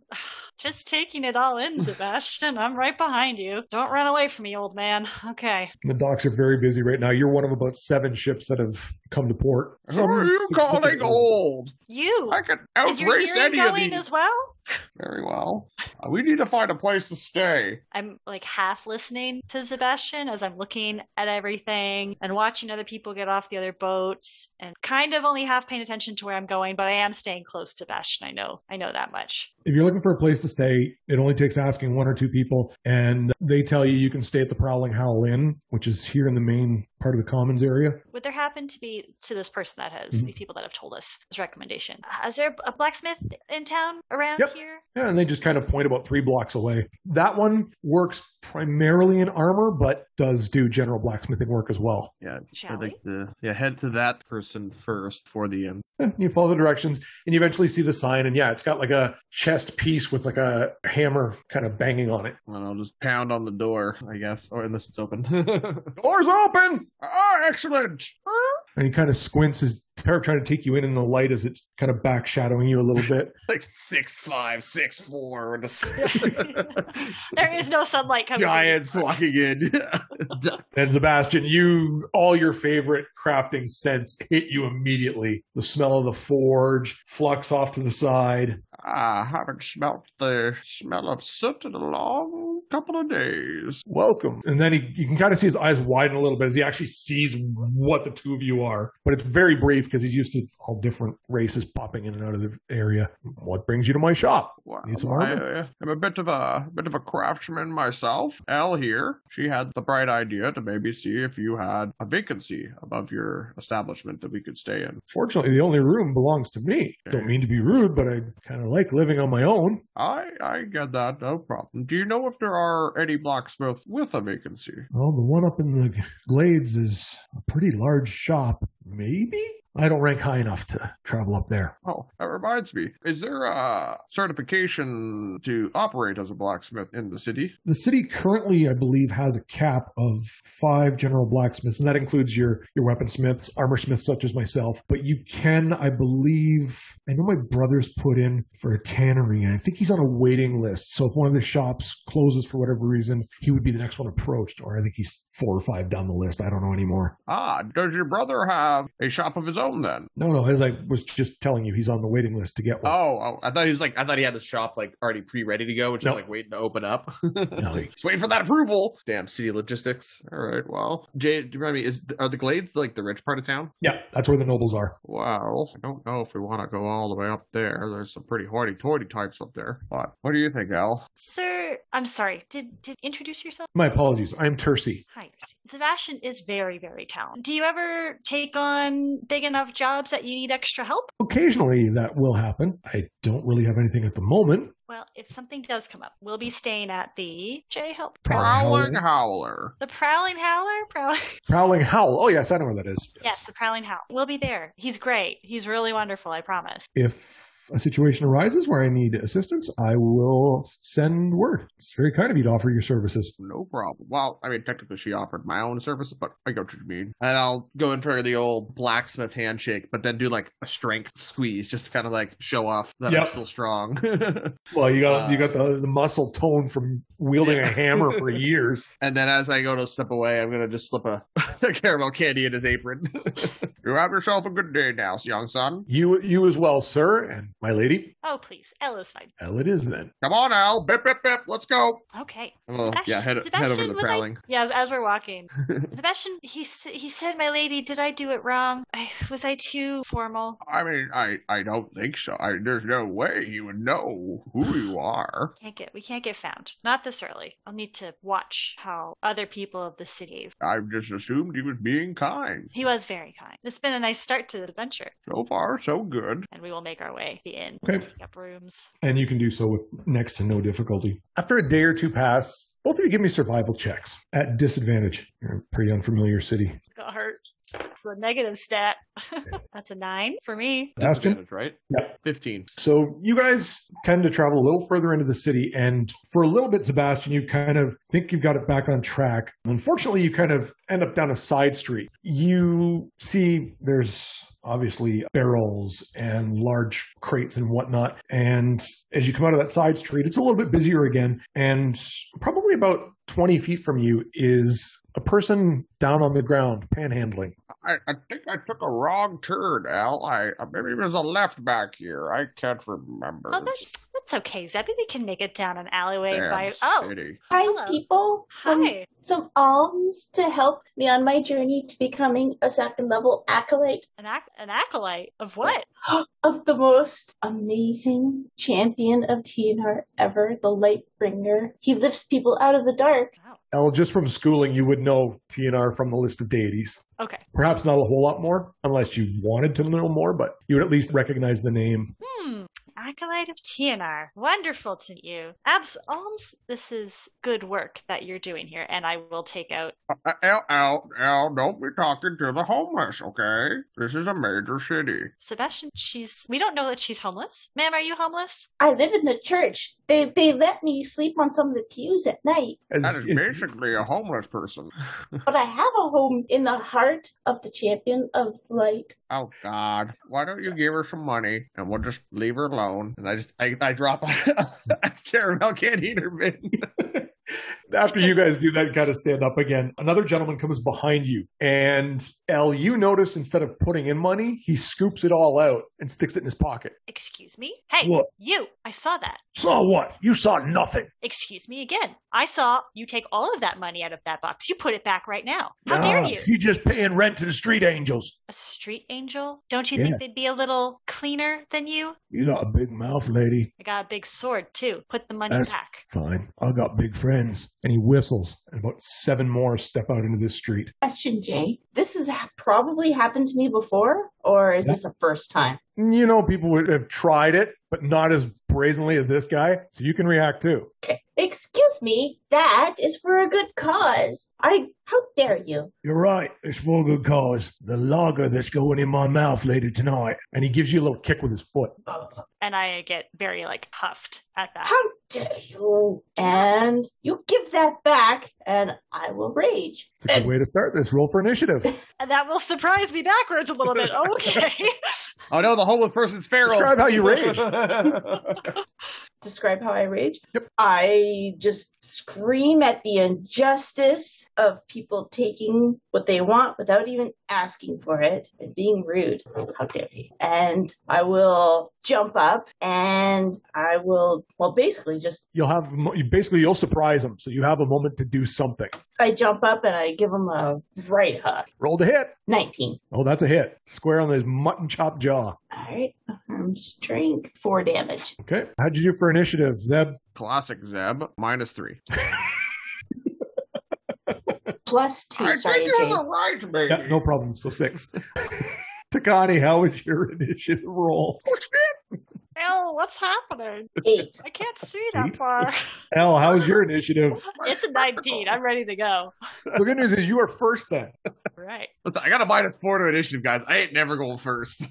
Speaker 2: Just taking it all in, Sebastian. I'm right behind you. Don't run away from me, old man. Okay.
Speaker 1: The docks are very busy right now. You're one of about seven ships that have come to port.
Speaker 3: Who are you calling old?
Speaker 2: You.
Speaker 3: I can
Speaker 2: Is your
Speaker 3: outrace
Speaker 2: hearing
Speaker 3: any of
Speaker 2: going
Speaker 3: these.
Speaker 2: as well?
Speaker 3: Very well. Uh, We need to find a place to stay.
Speaker 2: I'm like half listening to Sebastian as I'm looking at everything and watching other people get off the other boats and kind of only half paying attention to where I'm going, but I am staying close to Sebastian. I know. I know that much.
Speaker 1: If you're looking for a place to stay, it only takes asking one or two people, and they tell you you can stay at the Prowling Howl Inn, which is here in the main part of the Commons area.
Speaker 2: Would there happen to be to this person that has
Speaker 1: Mhm.
Speaker 2: these people that have told us this recommendation? Uh, Is there a blacksmith in town around
Speaker 1: Yep.
Speaker 2: here?
Speaker 1: Yeah, and they just kind of point about three blocks away. That one works primarily in armor, but does do general blacksmithing work as well.
Speaker 3: Yeah,
Speaker 2: Shall we?
Speaker 3: the, yeah, head to that person first for the um,
Speaker 1: Eh, You follow the directions and you eventually see the sign. And yeah, it's got like a chest piece with like a hammer kind of banging on it.
Speaker 3: and I'll just pound on the door, I guess, Oh, or unless it's open.
Speaker 1: Doors open!
Speaker 3: oh, excellent!
Speaker 1: And he kind of squints his kind of trying to take you in in the light as it's kind of back shadowing you a little bit.
Speaker 3: Like six five, six four.
Speaker 2: There is no sunlight coming. from this
Speaker 3: Giants walking in.
Speaker 1: And Sebastian, you all your favorite crafting scents hit you immediately. The smell of the forge, flux off to the side.
Speaker 3: I Ah, haven't smelt the smell of soot in a long couple of days.
Speaker 1: welcome. And then he, you can kind of see his eyes widen a little bit as he actually sees what the two of you are. But it's very brief because he's used to all different races popping in and out of the area. What brings you to my shop?
Speaker 3: Well,
Speaker 1: Need some
Speaker 3: I,
Speaker 1: armor?
Speaker 3: uh, I'm a bit of a bit of a craftsman myself. Elle here, she had the bright idea to maybe see if you had a vacancy above your establishment that we could stay in.
Speaker 1: Fortunately, the only room belongs to me. Don't mean to be rude, but I kind of like living on my own.
Speaker 3: I I get that, no problem. Do you know if there are any blacksmiths with a vacancy?
Speaker 1: Well, the one up in the glades is a pretty large shop. Maybe? I don't rank high enough to travel up there.
Speaker 3: Oh, that reminds me. Is there a certification to operate as a blacksmith in the city?
Speaker 1: The city currently, I believe, has a cap of five general blacksmiths, and that includes your your weaponsmiths, armor smiths, such as myself. But you can, I believe, I know my brother's put in for a tannery, and I think he's on a waiting list. So if one of the shops closes for whatever reason, he would be the next one approached, or I think he's four or five down the list. I don't know anymore.
Speaker 3: Ah, does your brother have a shop of his own then?
Speaker 1: No, no, as I was just telling you, he's on the waiting list to get one.
Speaker 3: Oh, oh I thought he was like I thought he had his shop like already pre ready to go, which
Speaker 1: No.
Speaker 3: is like waiting to open up.
Speaker 1: No.
Speaker 3: Just waiting for that approval. Damn city logistics. All right, well, Jay, do you remind me? Is are the Glades like the rich part of town?
Speaker 1: Yeah, that's where the nobles are.
Speaker 3: Well, I don't know if we want to go all the way up there. There's some pretty hoity-toity types up there. But what do you think, Al?
Speaker 2: Sir, I'm sorry. Did did introduce yourself?
Speaker 1: My apologies. I'm Tercy.
Speaker 2: Hi. Sebastian is very very talented. Do you ever take on big and enough jobs that you need extra help?
Speaker 1: Occasionally that will happen. I don't really have anything at the moment.
Speaker 2: Well, if something does come up, we'll be staying at the J Help.
Speaker 3: Prowling Howler.
Speaker 2: The Prowling Howler? Prowling.
Speaker 1: Prowling Howl. Oh, yes, I know where that is.
Speaker 2: Yes, the Prowling Howler. We'll be there. He's great. He's really wonderful, I promise.
Speaker 1: If a situation arises where I need assistance, I will send word. It's very kind of you to offer your services.
Speaker 3: No problem. Well, I mean, technically she offered my own service, but I get what you mean. And I'll go in for the old blacksmith handshake, but then do like a strength squeeze just to kind of like show off that
Speaker 1: Yep.
Speaker 3: I'm still strong.
Speaker 1: Well, you got
Speaker 3: Uh,
Speaker 1: you got the, the muscle tone from wielding a hammer for years.
Speaker 3: and then as I go to step away, I'm gonna just slip a, a caramel candy in his apron. you have yourself a good day now, young son.
Speaker 1: You you as well, sir, and my lady.
Speaker 2: Oh, please. Ella's fine.
Speaker 1: Hell, it is then.
Speaker 3: Come on, Al. Bip bip bip. Let's go.
Speaker 2: Okay.
Speaker 3: Oh, yeah, head, head over to the
Speaker 2: was like-
Speaker 3: prowling.
Speaker 2: yeah, as, as we're walking, Sebastian, he s- he said, "My lady, did I do it wrong? I, was I too formal?"
Speaker 3: I mean, I I don't think so. I, there's no way you would know who you are.
Speaker 2: Can't get we can't get found. Not this early. I'll need to watch how other people of the city.
Speaker 3: I've just assumed he was being kind.
Speaker 2: He was very kind. It's been a nice start to the adventure,
Speaker 3: So far, so good.
Speaker 2: and we will make our way to the inn,
Speaker 1: Okay.
Speaker 2: take up rooms.
Speaker 1: And you can do so with next to no difficulty. After a day or two pass, both of you give me survival checks at disadvantage. You're in a pretty unfamiliar city.
Speaker 2: Got hurt. It's a negative stat. That's a nine for me.
Speaker 1: Bastion?
Speaker 3: Disadvantage, right?
Speaker 1: Yep.
Speaker 3: Fifteen.
Speaker 1: So you guys tend to travel a little further into the city, and for a little bit, Sebastian, you kind of think you've got it back on track. Unfortunately, you kind of end up down a side street. You see there's obviously barrels and large crates and whatnot. And as you come out of that side street, it's a little bit busier again. And probably about 20 feet from you is a person down on the ground panhandling.
Speaker 3: I, I think I took a wrong turn, Al. I uh, maybe it was a left back here. I can't remember.
Speaker 2: Oh, that, that's okay, Zebby. We can make it down an alleyway
Speaker 3: Damn
Speaker 2: by. Oh,
Speaker 3: city.
Speaker 5: Hi,
Speaker 2: Hello.
Speaker 5: people. Oh, Some,
Speaker 2: hi.
Speaker 5: some alms to help me on my journey to becoming a second level acolyte
Speaker 2: An, ac- an acolyte of what?
Speaker 5: of the most amazing champion of TNR ever, the Lightbringer. He lifts people out of the dark.
Speaker 2: Wow.
Speaker 1: L, just from schooling, you would know TNR from the list of deities.
Speaker 2: Okay.
Speaker 1: Perhaps not a whole lot more, unless you wanted to know more, but you would at least recognize the name.
Speaker 2: Hmm. Acolyte of TNR. Wonderful to meet you. Abs Alms, this is good work that you're doing here, and I will take out.
Speaker 3: Uh, Al, Al, Al, don't be talking to the homeless, okay? This is a major city.
Speaker 2: Sebastian, she's. We don't know that she's homeless. Ma'am, are you homeless?
Speaker 5: I live in the church. They they let me sleep on some of the pews at night,
Speaker 1: As-
Speaker 3: That is
Speaker 1: as-
Speaker 3: basically a homeless person.
Speaker 5: but I have a home in the heart of the champion of light.
Speaker 3: Oh God! Why don't you give her some money and we'll just leave her alone? And I just I, I drop a caramel candy in her bin.
Speaker 1: after you guys do that, kind of stand up again. Another gentleman comes behind you, and L, you notice instead of putting in money, he scoops it all out and sticks it in his pocket.
Speaker 2: Excuse me? Hey,
Speaker 1: What?
Speaker 2: you! I saw that.
Speaker 1: Saw what? You saw nothing.
Speaker 2: Excuse me again. I saw you take all of that money out of that box. You put it back right now. How dare
Speaker 1: Nah,
Speaker 2: you?
Speaker 1: You Ah, just paying rent to the street angels.
Speaker 2: A street angel? Don't you
Speaker 1: Yeah.
Speaker 2: think they'd be a little cleaner than you?
Speaker 1: You got a big mouth, lady.
Speaker 2: I got a big sword, too. Put the money
Speaker 1: That's-
Speaker 2: back.
Speaker 1: Fine. I got big friends. And he whistles, and about seven more step out into the street.
Speaker 5: Question, Jay. This has ha- probably happened to me before, or is this a first time?
Speaker 1: you know, people would have tried it, but not as brazenly as this guy. So you can react too.
Speaker 5: Excuse me, that is for a good cause. I, how dare you?
Speaker 8: You're right. It's for good cause. The lager that's going in my mouth later tonight.
Speaker 1: And he gives you a little kick with his foot.
Speaker 2: And I get very, like, huffed at that.
Speaker 5: How dare you? And you give that back, and I will rage.
Speaker 1: It's a good way to start this. Roll for initiative.
Speaker 2: And that will surprise me backwards a little bit. Okay.
Speaker 3: Oh no! The homeless person's feral.
Speaker 1: Describe how you rage.
Speaker 5: Describe how I rage. I just scream at the injustice of people taking what they want without even asking for it and being rude. How dare you? And I will jump up and I will, well, basically just
Speaker 1: You'll have mo- you- basically you'll surprise him, so you have a moment to do something.
Speaker 5: I jump up and I give him a right hook.
Speaker 1: Roll to hit.
Speaker 5: 19.
Speaker 1: Oh, that's a hit. Square on his mutton chop jaw.
Speaker 5: All right. Arm strength, four damage.
Speaker 1: Okay. How'd you do for initiative, Zeb?
Speaker 3: Classic Zeb minus three.
Speaker 5: Plus two.
Speaker 3: I
Speaker 5: Sorry,
Speaker 3: think you're
Speaker 5: Jane.
Speaker 3: the right, baby.
Speaker 1: Yeah, no problem. So six. Takani, how was your initiative roll?
Speaker 2: L, what's happening?
Speaker 5: Eight.
Speaker 2: I can't see that
Speaker 1: Eight?
Speaker 2: far.
Speaker 1: L, how was your initiative?
Speaker 2: It's a 19. I'm ready to go.
Speaker 1: The good news is you are first then.
Speaker 2: Right.
Speaker 3: I got a minus four to initiative, guys. I ain't never going first.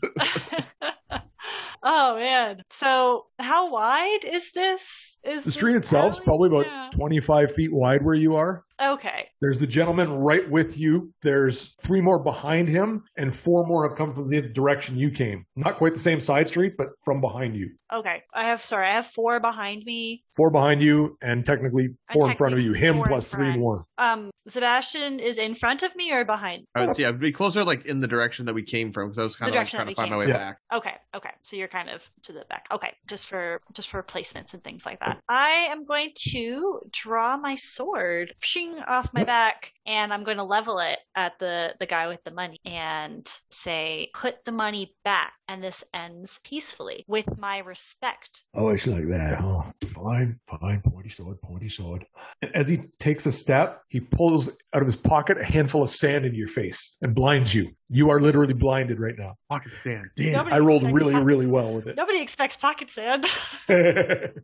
Speaker 2: oh man. So how wide is this? Is
Speaker 1: The
Speaker 2: this
Speaker 1: street itself's
Speaker 2: alley?
Speaker 1: probably about
Speaker 2: Yeah.
Speaker 1: 25 feet wide where you are.
Speaker 2: Okay.
Speaker 1: There's the gentleman right with you. There's three more behind him, and four more have come from the direction you came. Not quite the same side street, but from behind you.
Speaker 2: Okay. I have sorry, I have four behind me.
Speaker 1: Four behind you, and technically four in front of you. Him
Speaker 2: Technically
Speaker 1: plus
Speaker 2: four
Speaker 1: three
Speaker 2: in front.
Speaker 1: more.
Speaker 2: Um Sebastian is in front of me or behind?
Speaker 3: I would, yeah, it'd be closer like in the direction that we came from because I was kind of like
Speaker 2: direction
Speaker 3: trying
Speaker 2: that
Speaker 3: to
Speaker 2: we
Speaker 3: find my way
Speaker 1: came from.
Speaker 3: back.
Speaker 2: Okay, okay. So you're kind of to the back. Okay, just for just for placements and things like that. I am going to draw my sword, shing off my back, and I'm going to level it at the the guy with the money and say, "Put the money back." And this ends peacefully with my respect.
Speaker 8: Oh, it's like that, huh? Fine, fine. Pointy sword, pointy sword.
Speaker 1: And as he takes a step, he pulls out of his pocket a handful of sand into your face and blinds you. You are literally blinded right now.
Speaker 3: Pocket sand. Damn.
Speaker 2: Nobody
Speaker 1: I rolled
Speaker 2: expects
Speaker 1: really,
Speaker 2: pocket-
Speaker 1: really well with
Speaker 2: Nobody expects pocket sand.
Speaker 1: it.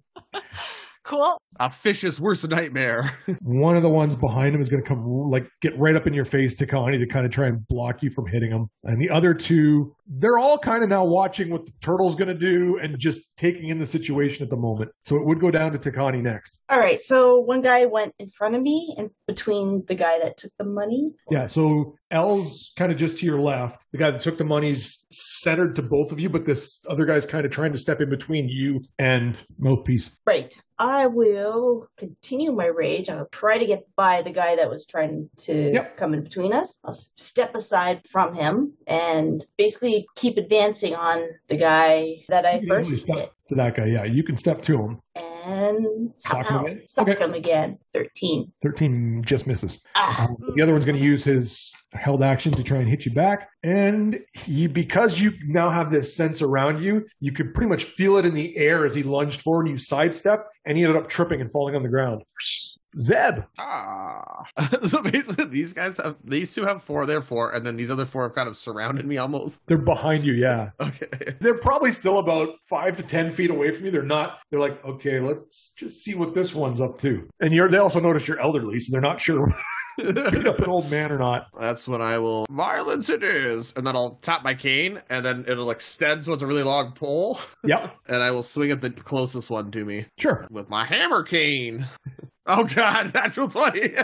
Speaker 2: cool.
Speaker 3: A fish is worse than nightmare.
Speaker 1: One of the ones behind him is going to come, like, get right up in your face, Takani, to kind of try and block you from hitting him. And the other two, they're all kind of now watching what the turtle's going to do and just taking in the situation at the moment. So it would go down to Takani next.
Speaker 5: All right. So one guy went in front of me and between the guy that took the money.
Speaker 1: Yeah, so L's kind of just to your left. The guy that took the money's centered to both of you, but this other guy's kind of trying to step in between you and mouthpiece.
Speaker 5: Right. I will continue my rage. I'll try to get by the guy that was trying to
Speaker 1: Yep.
Speaker 5: come in between us. I'll s- step aside from him and basically keep advancing on the guy that I
Speaker 1: You can easily
Speaker 5: first hit.
Speaker 1: step to that guy. Yeah, you can step to him.
Speaker 5: And
Speaker 1: Sock him
Speaker 5: somehow
Speaker 1: again?
Speaker 5: sock
Speaker 1: Okay.
Speaker 5: him again. 13.
Speaker 1: 13 just misses.
Speaker 5: Ah,
Speaker 1: Um, the other one's going to use his held action to try and hit you back. And he, because you now have this sense around you, you could pretty much feel it in the air as he lunged forward. You sidestep, and he ended up tripping and falling on the ground. Zeb,
Speaker 3: ah. so basically, these guys have these two have four. They're four, and then these other four have kind of surrounded me almost.
Speaker 1: they're behind you. Yeah,
Speaker 3: Oh. Okay.
Speaker 1: they're probably still about five to ten feet away from you. They're not. They're like, okay, let's just see what this one's up to. And you're. They also notice you're elderly, so they're not sure whether you're an old man or not.
Speaker 3: That's when I will violence it is, and then I'll tap my cane, and then it'll extend so it's a really long pole,
Speaker 1: Yep.
Speaker 3: and I will swing at the closest one to me
Speaker 1: Sure.
Speaker 3: with my hammer cane. oh god, natural twenty!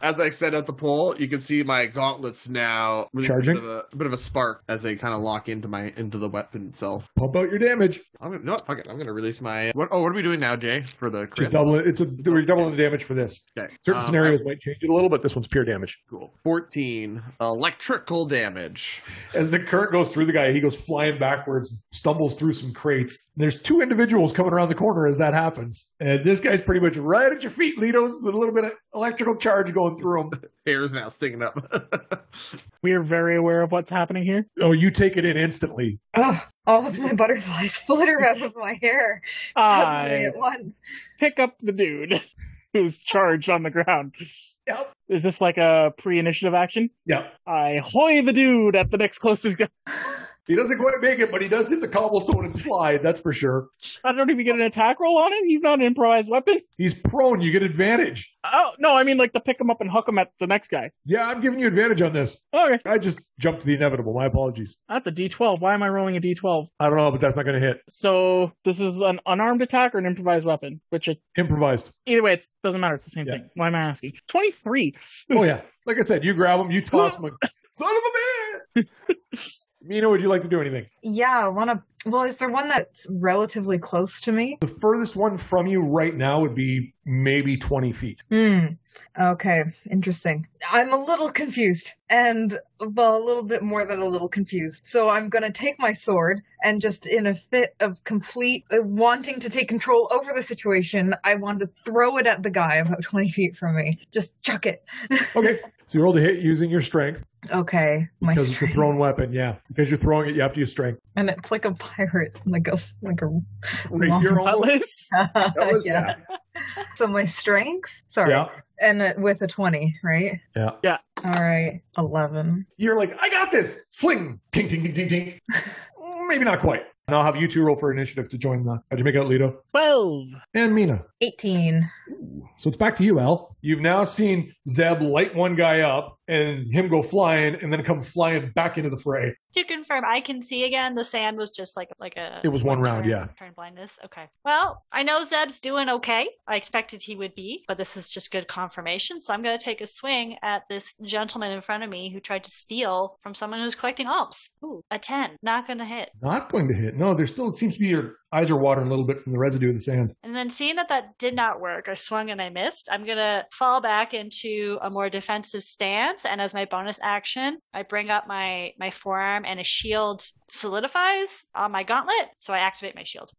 Speaker 3: as I set out the pole, you can see my gauntlets now release
Speaker 1: Charging?
Speaker 3: a bit, of a, a bit of a spark as they kind of lock into my into the weapon itself.
Speaker 1: Pump out your damage.
Speaker 3: I'm gonna no, fuck it. I'm gonna release my what? Oh, what are we doing now, Jay? For the
Speaker 1: Just
Speaker 3: crit?
Speaker 1: double it. It's a we're doubling the damage for this.
Speaker 3: Okay.
Speaker 1: Certain
Speaker 3: Um,
Speaker 1: scenarios might change it a little, but this one's pure damage.
Speaker 3: Cool. Fourteen electrical damage.
Speaker 1: As the current goes through the guy, he goes flying backwards, stumbles through some crates. There's two individuals coming around the corner as that happens. And this guy's pretty much right at your feet, Litos, with a little bit of electrical charge going through him.
Speaker 3: Hair's now sticking up.
Speaker 4: We're very aware of what's happening here.
Speaker 1: Oh, you take it in instantly.
Speaker 6: Ugh, all of my butterflies flutter out of my hair suddenly
Speaker 4: I
Speaker 6: at once.
Speaker 4: pick up the dude who's charged on the ground.
Speaker 1: Yep.
Speaker 4: Is this like a pre-initiative action?
Speaker 1: Yep.
Speaker 4: I hoy the dude at the next closest guy.
Speaker 1: He doesn't quite make it, but he does hit the cobblestone and slide, that's for sure.
Speaker 4: I don't even get an attack roll on him. He's not an improvised weapon.
Speaker 1: He's prone. You get advantage.
Speaker 4: Oh no, I mean like to pick him up and hook him at the next guy.
Speaker 1: Yeah, I'm giving you advantage on this.
Speaker 4: Okay,
Speaker 1: I just jumped to the inevitable. My apologies.
Speaker 4: that's a D12. Why am I rolling a D12?
Speaker 1: I don't know, but that's not going to hit.
Speaker 4: So this is an unarmed attack or an improvised weapon, which I,
Speaker 1: Improvised.
Speaker 4: either way it doesn't matter. It's the same
Speaker 1: Yeah.
Speaker 4: thing. Why am I asking? Twenty three.
Speaker 1: Oh, yeah. Like I said, you grab him, you toss him. Son of a bitch! Mina, would you like to do anything?
Speaker 6: Yeah, one of well, is there one that's relatively close to me?
Speaker 1: The furthest one from you right now would be maybe 20 feet.
Speaker 6: Hmm. Okay, interesting. I'm a little confused, and well, a little bit more than a little confused. So I'm gonna take my sword and just in a fit of complete uh, wanting to take control over the situation, I want to throw it at the guy about 20 feet from me. Just chuck it.
Speaker 1: Okay. So you roll to hit using your strength
Speaker 6: Okay, my
Speaker 1: because it's a
Speaker 6: strength.
Speaker 1: thrown weapon. Yeah. Because you're throwing it, you have to use strength.
Speaker 6: and it's like a pirate, like a like a.
Speaker 1: Right, you're almost.
Speaker 4: Atlas.
Speaker 1: That was, yeah.
Speaker 6: So my strength, sorry,
Speaker 1: Yeah.
Speaker 6: and uh, with a 20, right?
Speaker 1: Yeah.
Speaker 4: Yeah.
Speaker 6: All right, 11.
Speaker 1: You're like, I got this. Fling. Tink, tink, tink, tink, tink. Maybe not quite. And I'll have you two roll for initiative to join the. How'd you make out, Lido?
Speaker 4: 12.
Speaker 1: And Mina.
Speaker 6: 18.
Speaker 1: So it's back to you, Al. You've now seen Zeb light one guy up and him go flying and then come flying back into the fray.
Speaker 2: To confirm, I can see again. The sand was just like like a.
Speaker 1: It was one round,
Speaker 2: turn-
Speaker 1: yeah.
Speaker 2: Turn blindness. Okay. Well, I know Zeb's doing okay. I expected he would be, but this is just good confirmation. So I'm going to take a swing at this gentleman in front of me who tried to steal from someone who's collecting alms. Ooh, a ten. Not going to hit.
Speaker 1: Not going to hit. No, there's still, it seems to be your eyes are watering a little bit from the residue of the sand.
Speaker 2: And then seeing that that did not work, I swung and I missed. I'm going to fall back into a more defensive stance. And as my bonus action, I bring up my, my forearm and a shield solidifies on my gauntlet. So I activate my shield.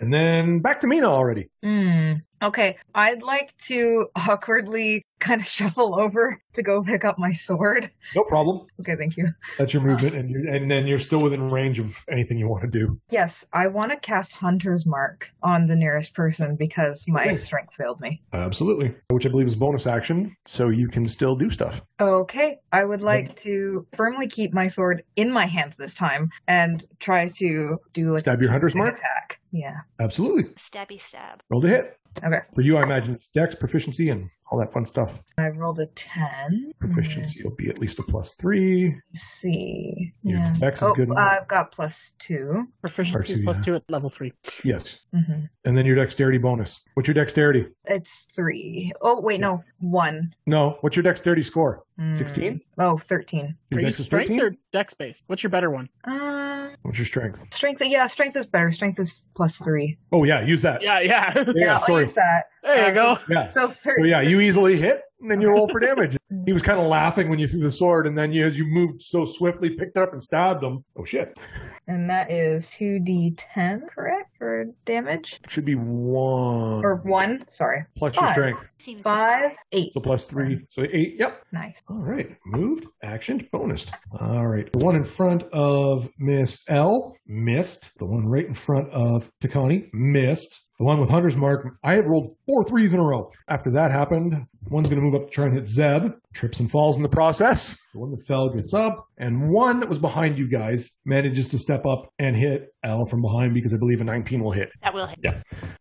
Speaker 1: And then back to Mina already.
Speaker 6: Hmm. Okay, I'd like to awkwardly kind of shuffle over to go pick up my sword.
Speaker 1: No problem.
Speaker 6: Okay, thank you.
Speaker 1: That's your movement. And, you're, and then you're still within range of anything you want to do.
Speaker 6: Yes, I want to cast Hunter's Mark on the nearest person because my
Speaker 1: Okay.
Speaker 6: strength failed me.
Speaker 1: Absolutely. Which I believe is bonus action. So you can still do stuff.
Speaker 6: Okay, I would like to firmly keep my sword in my hands this time and try to do like
Speaker 1: Stab your hunter's
Speaker 6: an
Speaker 1: mark.
Speaker 6: attack. Yeah.
Speaker 1: Absolutely.
Speaker 2: Stabby stab.
Speaker 1: Roll to hit.
Speaker 6: Okay.
Speaker 1: For you, I imagine it's dex, proficiency, and all that fun stuff.
Speaker 6: I rolled a 10.
Speaker 1: Proficiency will be at least a plus three.
Speaker 6: Let's see.
Speaker 1: Your
Speaker 6: Yeah.
Speaker 1: dex is
Speaker 6: Oh,
Speaker 1: good enough.
Speaker 6: I've got plus 2.
Speaker 4: Proficiency is
Speaker 1: Or two,
Speaker 4: plus
Speaker 1: yeah.
Speaker 4: two at level three.
Speaker 1: Yes.
Speaker 6: Mm-hmm.
Speaker 1: And then your dexterity bonus. What's your dexterity?
Speaker 6: It's 3. Oh, wait, no. 1.
Speaker 1: No. What's your dexterity score?
Speaker 6: Mm.
Speaker 1: 16?
Speaker 6: Oh, 13.
Speaker 1: Your
Speaker 4: Are you
Speaker 1: dex is
Speaker 4: strength
Speaker 1: 13?
Speaker 4: or dex based? What's your better one?
Speaker 6: Uh,
Speaker 1: What's your strength?
Speaker 6: strength. Yeah, strength is better. Strength is plus 3.
Speaker 1: Oh, yeah. Use that.
Speaker 4: Yeah, yeah.
Speaker 1: Yeah,
Speaker 6: I'll
Speaker 1: sorry.
Speaker 6: use that.
Speaker 4: there you go.
Speaker 1: Yeah.
Speaker 6: So
Speaker 1: So,
Speaker 6: 13.
Speaker 1: yeah, you easily hit, and then you roll for damage. He was kind of laughing when you threw the sword, and then you, as you moved so swiftly, picked it up and stabbed him. Oh, shit.
Speaker 6: And that is 2d10, correct? For damage?
Speaker 1: Should be one.
Speaker 6: Or 1? Sorry.
Speaker 1: Um, plus your
Speaker 6: five.
Speaker 1: strength.
Speaker 2: Seems like-
Speaker 6: 5, 8.
Speaker 1: So plus three. So eight. Yep.
Speaker 6: Nice.
Speaker 1: All right, moved, action, bonus. All right, the one in front of Miss L missed. The one right in front of Takani missed. The one with Hunter's Mark, I have rolled four threes in a row. After that happened, one's going to move up to try and hit Zeb, trips and falls in the process. The one that fell gets up, and one that was behind you guys manages to step up and hit L from behind because I believe a 19 will hit.
Speaker 2: That will hit.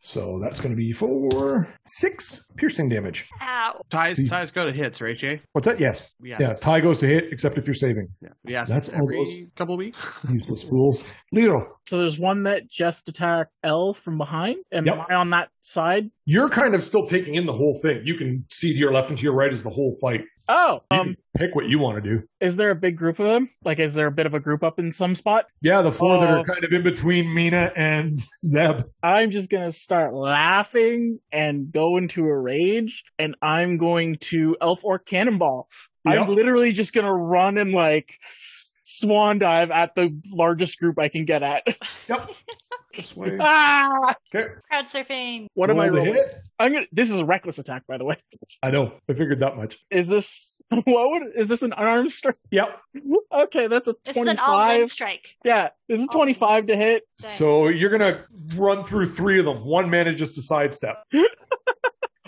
Speaker 1: So that's going to be for six piercing damage.
Speaker 2: Ow.
Speaker 3: Ties
Speaker 1: See-
Speaker 3: ties go to hits, right, Jay?
Speaker 1: What's that? Yes.
Speaker 3: Yeah.
Speaker 1: Yeah, tie goes to hit, except if you're saving.
Speaker 3: yeah. Yes,
Speaker 1: That's all
Speaker 3: every
Speaker 1: those-
Speaker 3: couple of weeks.
Speaker 1: Useless fools. Lito,
Speaker 4: So there's one that just attacked L from behind. Am
Speaker 1: Yep.
Speaker 4: I on that side?
Speaker 1: you're kind of still taking in the whole thing. You can see to your left and to your right is the whole fight.
Speaker 4: Oh,
Speaker 1: You
Speaker 4: um,
Speaker 1: can pick what you want to do.
Speaker 4: is there a big group of them? Like, is there a bit of a group up in some spot?
Speaker 1: Yeah, the four that
Speaker 3: uh,
Speaker 4: Oh.
Speaker 1: are kind of in between Mina and Zeb.
Speaker 4: I'm just gonna start laughing and go into a rage, and I'm going to elf or cannonball.
Speaker 1: Yep.
Speaker 4: I'm literally just gonna run and like swan dive at the largest group I can get at.
Speaker 1: This way.
Speaker 4: ah!
Speaker 1: Okay.
Speaker 2: Crowd surfing.
Speaker 4: What am I
Speaker 1: Roll to
Speaker 4: rolling?
Speaker 1: hit.
Speaker 4: I'm gonna. This is a reckless attack, by the way.
Speaker 1: I know. I figured that much.
Speaker 4: Is this what would? Is this an unarmed strike?
Speaker 1: Yep.
Speaker 4: Okay, that's a
Speaker 2: This is an all in
Speaker 4: twenty-five.
Speaker 2: strike.
Speaker 4: Yeah, this is
Speaker 2: All wins.
Speaker 4: twenty-five to hit.
Speaker 2: Dang.
Speaker 1: So you're gonna run through three of them. One manages to sidestep.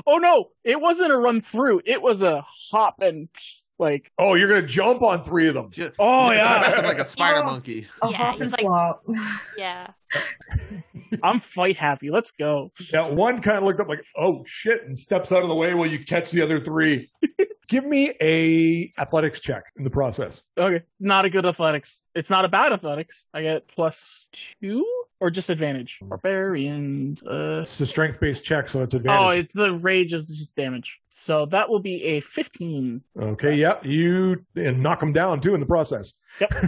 Speaker 4: Oh no, it wasn't a run through. It was a hop and like.
Speaker 1: Oh, you're gonna jump on three of them.
Speaker 3: Just-
Speaker 4: Oh yeah,
Speaker 3: like a spider
Speaker 6: Yeah.
Speaker 3: monkey.
Speaker 6: A
Speaker 2: Yeah,
Speaker 6: hop and
Speaker 2: he's like-
Speaker 6: flop.
Speaker 2: Yeah.
Speaker 4: I'm fight happy. Let's go.
Speaker 1: Yeah, one kind of looked up like, "Oh shit," and steps out of the way while you catch the other three. Give me a athletics check in the process.
Speaker 4: Okay. Not a good athletics. It's not a bad athletics. I get plus two or just advantage. Barbarians. Uh,
Speaker 1: It's a strength based check, so it's
Speaker 4: oh,
Speaker 1: advantage.
Speaker 4: it's the rage is just damage. So that will be a 15.
Speaker 1: okay, yeah, you and knock them down too in the process.
Speaker 4: Yep.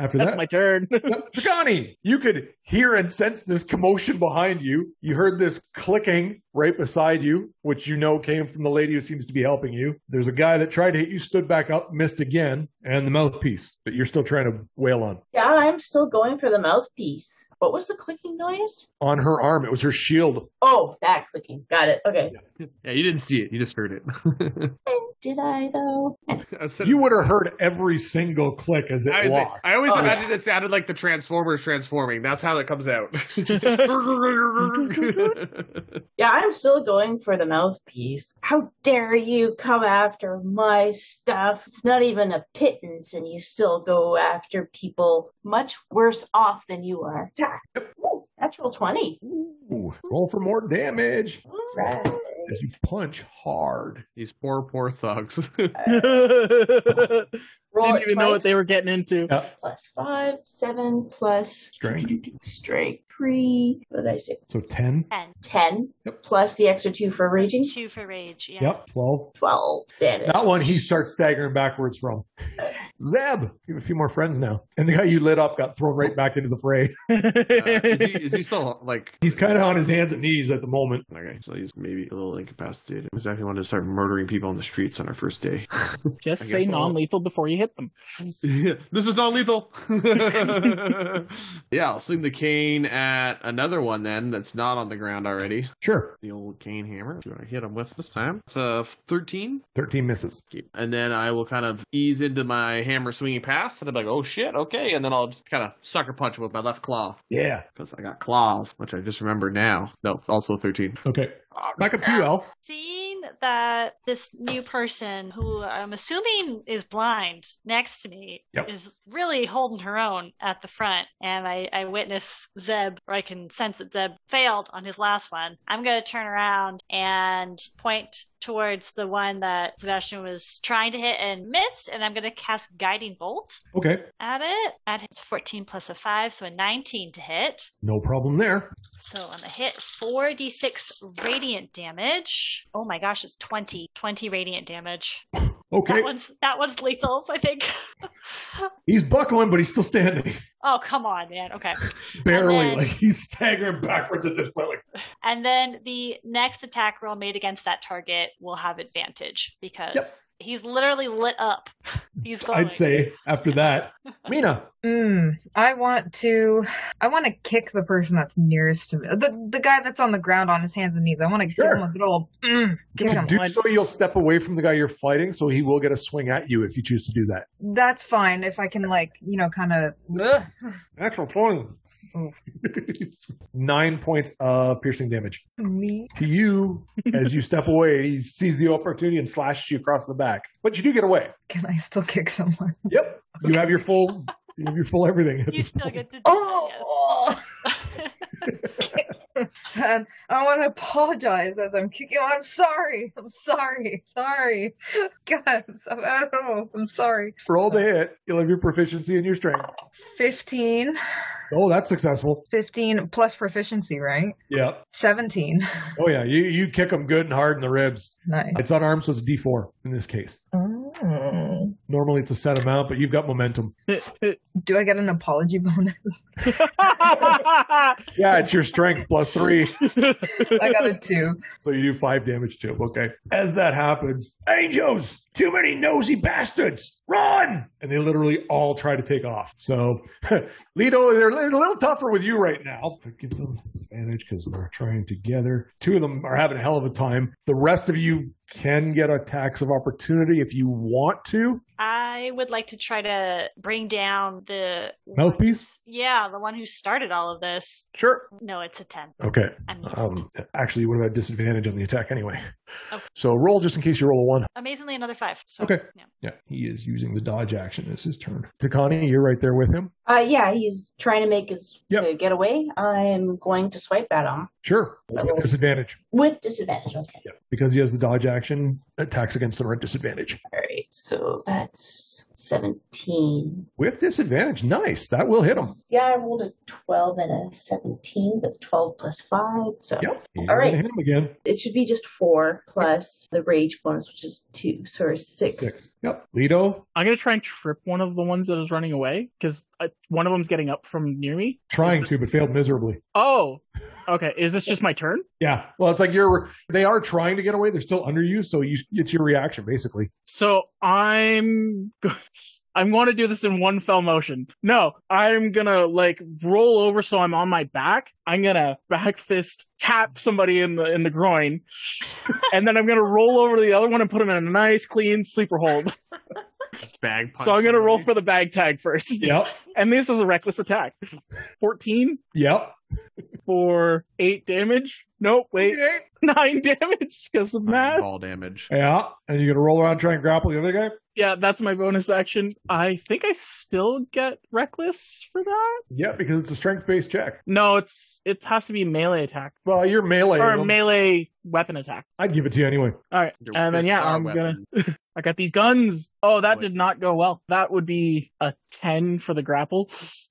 Speaker 1: After
Speaker 4: That's
Speaker 1: that,
Speaker 4: my turn.
Speaker 1: Yep, Tagani, you could hear and sense this commotion behind you. You heard this clicking right beside you, which you know came from the lady who seems to be helping you. There's a guy that tried to hit you, stood back up, missed again, and the mouthpiece that you're still trying to wail on.
Speaker 5: Yeah, I'm still going for the mouthpiece. What was the clicking noise?
Speaker 1: On her arm, it was her shield.
Speaker 5: Oh, that clicking. Got it. Okay.
Speaker 3: Yeah, you didn't see it. You just heard it.
Speaker 5: Did I though?
Speaker 3: I said-
Speaker 1: You would have heard every single click as it
Speaker 3: I always,
Speaker 1: walked.
Speaker 3: I always
Speaker 5: Oh,
Speaker 3: imagined it sounded like the Transformers transforming. That's how it comes out.
Speaker 5: Yeah, I'm still going for the mouthpiece. How dare you come after my stuff? It's not even a pittance, and you still go after people much worse off than you are. Attack. Ooh, natural 20.
Speaker 1: Ooh, roll for more damage
Speaker 5: Right.
Speaker 1: as you punch hard.
Speaker 3: These poor, poor thugs.
Speaker 4: Didn't
Speaker 5: Roll it
Speaker 4: even know what
Speaker 5: twice.
Speaker 4: they were getting into.
Speaker 5: Plus 5, 7, plus
Speaker 1: Strength.
Speaker 5: straight 3. What did I say?
Speaker 1: So 10.
Speaker 2: 10.
Speaker 5: 10. Plus the extra 2 for
Speaker 2: That's
Speaker 5: raging.
Speaker 2: two for rage. Yeah.
Speaker 1: Yep, 12.
Speaker 5: 12 damage.
Speaker 1: That one he starts staggering backwards from. Zeb, you have a few more friends now. And the guy you lit up got thrown right back into the fray.
Speaker 3: Uh, is, he, is he still like?
Speaker 1: He's kind of on his hands and knees at the moment.
Speaker 3: Okay, so he's maybe a little incapacitated. I definitely wanted to start murdering people on the streets on our first day.
Speaker 4: Just
Speaker 3: I
Speaker 4: say
Speaker 3: guess I'll-
Speaker 4: non-lethal before you hit them.
Speaker 3: this is not lethal. yeah, I'll sling the cane at another one then that's not on the ground already.
Speaker 1: Sure.
Speaker 3: The old cane hammer. Do I hit him with this time? It's a 13.
Speaker 1: 13 misses.
Speaker 3: Okay. And then I will kind of ease into my hammer swinging pass and I'm like, oh shit, okay. And then I'll just kind of sucker punch him with my left claw
Speaker 1: Yeah.
Speaker 3: because I got claws, which I just remembered now. No, also 13.
Speaker 1: Okay. Back up to you, Al.
Speaker 2: Seeing that this new person, who I'm assuming is blind, next to me
Speaker 1: Yep.
Speaker 2: is really holding her own at the front, and I, I witness Zeb, or I can sense that Zeb failed on his last one. I'm going to turn around and point towards the one that Sebastian was trying to hit and missed, and I'm going to cast Guiding Bolt
Speaker 1: Okay.
Speaker 2: at it. At his 14 plus a 5, so a 19 to hit.
Speaker 1: No problem there.
Speaker 2: So on the hit, 4d6 radiant damage. Oh my gosh, it's 20. 20 radiant damage.
Speaker 1: Okay.
Speaker 2: That one's that one's lethal, I think.
Speaker 1: He's buckling, but he's still standing.
Speaker 2: oh come on, man. Okay.
Speaker 1: Barely.
Speaker 2: then-
Speaker 1: Like he's staggering backwards at this point. Like,
Speaker 2: And then the next attack roll made against that target will have advantage because
Speaker 1: Yep.
Speaker 2: he's literally lit up. He's glowing.
Speaker 1: I'd say after that, Mina.
Speaker 6: Mm, I want to. I want to kick the person that's nearest to me. The the guy that's on the ground on his hands and knees. I want to
Speaker 1: Sure.
Speaker 6: give him a good old. Mm, get
Speaker 1: To
Speaker 6: him.
Speaker 1: do so, you'll step away from the guy you're fighting, so he will get a swing at you if you choose to do that.
Speaker 6: That's fine if I can like you know kind of.
Speaker 1: Natural 20. Nine points of piercing damage.
Speaker 6: Me.
Speaker 1: To you, as you step away, he sees the opportunity and slashes you across the back. But you do get away.
Speaker 6: Can I still kick someone?
Speaker 1: Yep. You have your full you have your full everything. at
Speaker 2: You
Speaker 1: this
Speaker 2: still
Speaker 1: point.
Speaker 2: get to do that,
Speaker 6: Oh.
Speaker 2: yes.
Speaker 6: And I want to apologize as I'm kicking. I'm sorry. I'm sorry. Sorry. God, I'm so- I don't know. I'm sorry.
Speaker 1: Roll the hit. You'll have your proficiency and your strength.
Speaker 6: 15.
Speaker 1: Oh, that's successful.
Speaker 6: 15 plus proficiency, right?
Speaker 1: Yeah.
Speaker 6: 17.
Speaker 1: Oh yeah. You you kick him good and hard in the ribs.
Speaker 6: Nice.
Speaker 1: It's unarmed, so it's D four in this case.
Speaker 4: Hmm.
Speaker 6: Oh.
Speaker 1: Normally it's a set amount, but you've got momentum.
Speaker 6: Do I get an apology bonus?
Speaker 1: Yeah, it's your strength plus three.
Speaker 6: I got a two.
Speaker 1: So you do five damage to him. Okay. As that happens, angels, too many nosy bastards, run! And they literally all try to take off. So, Lido, they're a little tougher with you right now. But give them advantage because they're trying together. Two of them are having a hell of a time. The rest of you can get attacks of opportunity if you want to.
Speaker 2: I would like to try to bring down the
Speaker 1: Mouthpiece?
Speaker 2: Yeah, the one who started all of this.
Speaker 1: Sure.
Speaker 2: No, it's a 10.
Speaker 1: Okay.
Speaker 2: I missed.
Speaker 1: Um, actually, you would have had disadvantage on the attack anyway.
Speaker 2: Okay.
Speaker 1: So roll just in case you roll a one.
Speaker 2: Amazingly, another five. So,
Speaker 1: Okay.
Speaker 2: yeah.
Speaker 1: Yeah, he is using the dodge action. It's his turn. Takani, you're right there with him.
Speaker 5: Uh, yeah, he's trying to make his
Speaker 1: Yep.
Speaker 5: uh, getaway. I'm going to swipe at him
Speaker 1: Sure. That's with disadvantage.
Speaker 5: with disadvantage. Okay.
Speaker 1: Yeah. Because he has the dodge action, attacks against him are at disadvantage.
Speaker 5: All right. So that's 17.
Speaker 1: With disadvantage. Nice. That will hit him.
Speaker 5: Yeah, I rolled a 12 and a 17. That's 12 plus 5. So
Speaker 1: Yep. You're
Speaker 5: All right.
Speaker 1: gonna Hit him again.
Speaker 5: it should be just 4 plus the rage bonus, which is 2. So it's 6.
Speaker 1: Six. Yep. Lido.
Speaker 4: I'm gonna try and trip one of the ones that is running away because uh, one of them's getting up from near me.
Speaker 1: Trying to, but failed miserably.
Speaker 4: Oh, okay. Is this just my turn?
Speaker 1: Yeah. Well, it's like you're they are trying to get away. They're still under you, so you it's your reaction basically.
Speaker 4: So I'm I'm going to do this in one fell motion. No, I'm gonna like roll over so I'm on my back. I'm gonna back fist tap somebody in the in the groin, and then I'm gonna roll over to the other one and put him in a nice clean sleeper hold.
Speaker 3: Bag punch
Speaker 4: So I'm gonna roll
Speaker 3: somebody.
Speaker 4: for the bag tag first.
Speaker 1: Yep.
Speaker 4: And this is a reckless attack. 14
Speaker 1: Yep.
Speaker 4: for eight damage. Nope, wait,
Speaker 1: Okay.
Speaker 4: nine damage because of that.
Speaker 3: ball damage.
Speaker 1: Yeah. And you're gonna roll around trying to grapple the other guy?
Speaker 4: Yeah, that's my bonus action. I think I still get reckless for that.
Speaker 1: Yeah, because it's a strength based check.
Speaker 4: No, it's it has to be melee attack
Speaker 1: Well, you're melee.
Speaker 4: or
Speaker 1: Well,
Speaker 4: melee weapon attack.
Speaker 1: I'd give it to you anyway.
Speaker 4: All right,
Speaker 3: Your
Speaker 4: and then
Speaker 3: fist
Speaker 4: yeah,
Speaker 3: are a
Speaker 4: I'm gonna.
Speaker 3: weapon.
Speaker 4: I got these guns. Oh, that
Speaker 3: Wait.
Speaker 4: did not go well. That would be a ten for the grapple.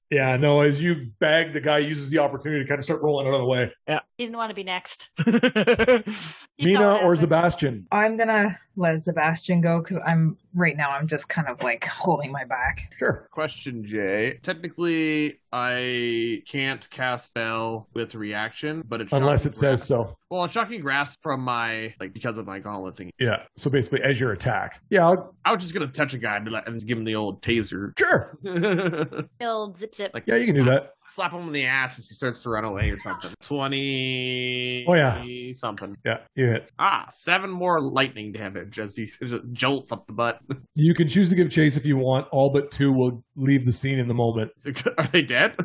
Speaker 1: Yeah, no, as you bag the guy uses the opportunity to kind of start rolling out of the way.
Speaker 2: He didn't want to be next. You saw
Speaker 1: Mina
Speaker 2: what
Speaker 1: or
Speaker 2: happened.
Speaker 1: Sebastian.
Speaker 6: I'm gonna let Sebastian go because I'm right now. I'm just kind of like holding my back.
Speaker 1: Sure.
Speaker 3: Question, Jay. Technically, I can't cast spell with reaction, but it's
Speaker 1: Unless it says so.
Speaker 3: Well, a shocking grasp from my like because of my gauntlet thing.
Speaker 1: Yeah. So basically as your attack. Yeah, I'll-
Speaker 3: I was just gonna touch a guy and, be like, and just give him the old taser.
Speaker 1: sure.
Speaker 3: like
Speaker 2: Build zip zip.
Speaker 1: Yeah, you can do that.
Speaker 3: Slap him in the ass as he starts to run away or something. Twenty.
Speaker 1: Oh, yeah.
Speaker 3: Something.
Speaker 1: Yeah. You hit.
Speaker 3: Ah, seven more lightning damage as he jolts up the butt.
Speaker 1: You can choose to give chase if you want. All but two will leave the scene in the moment.
Speaker 3: Are they dead?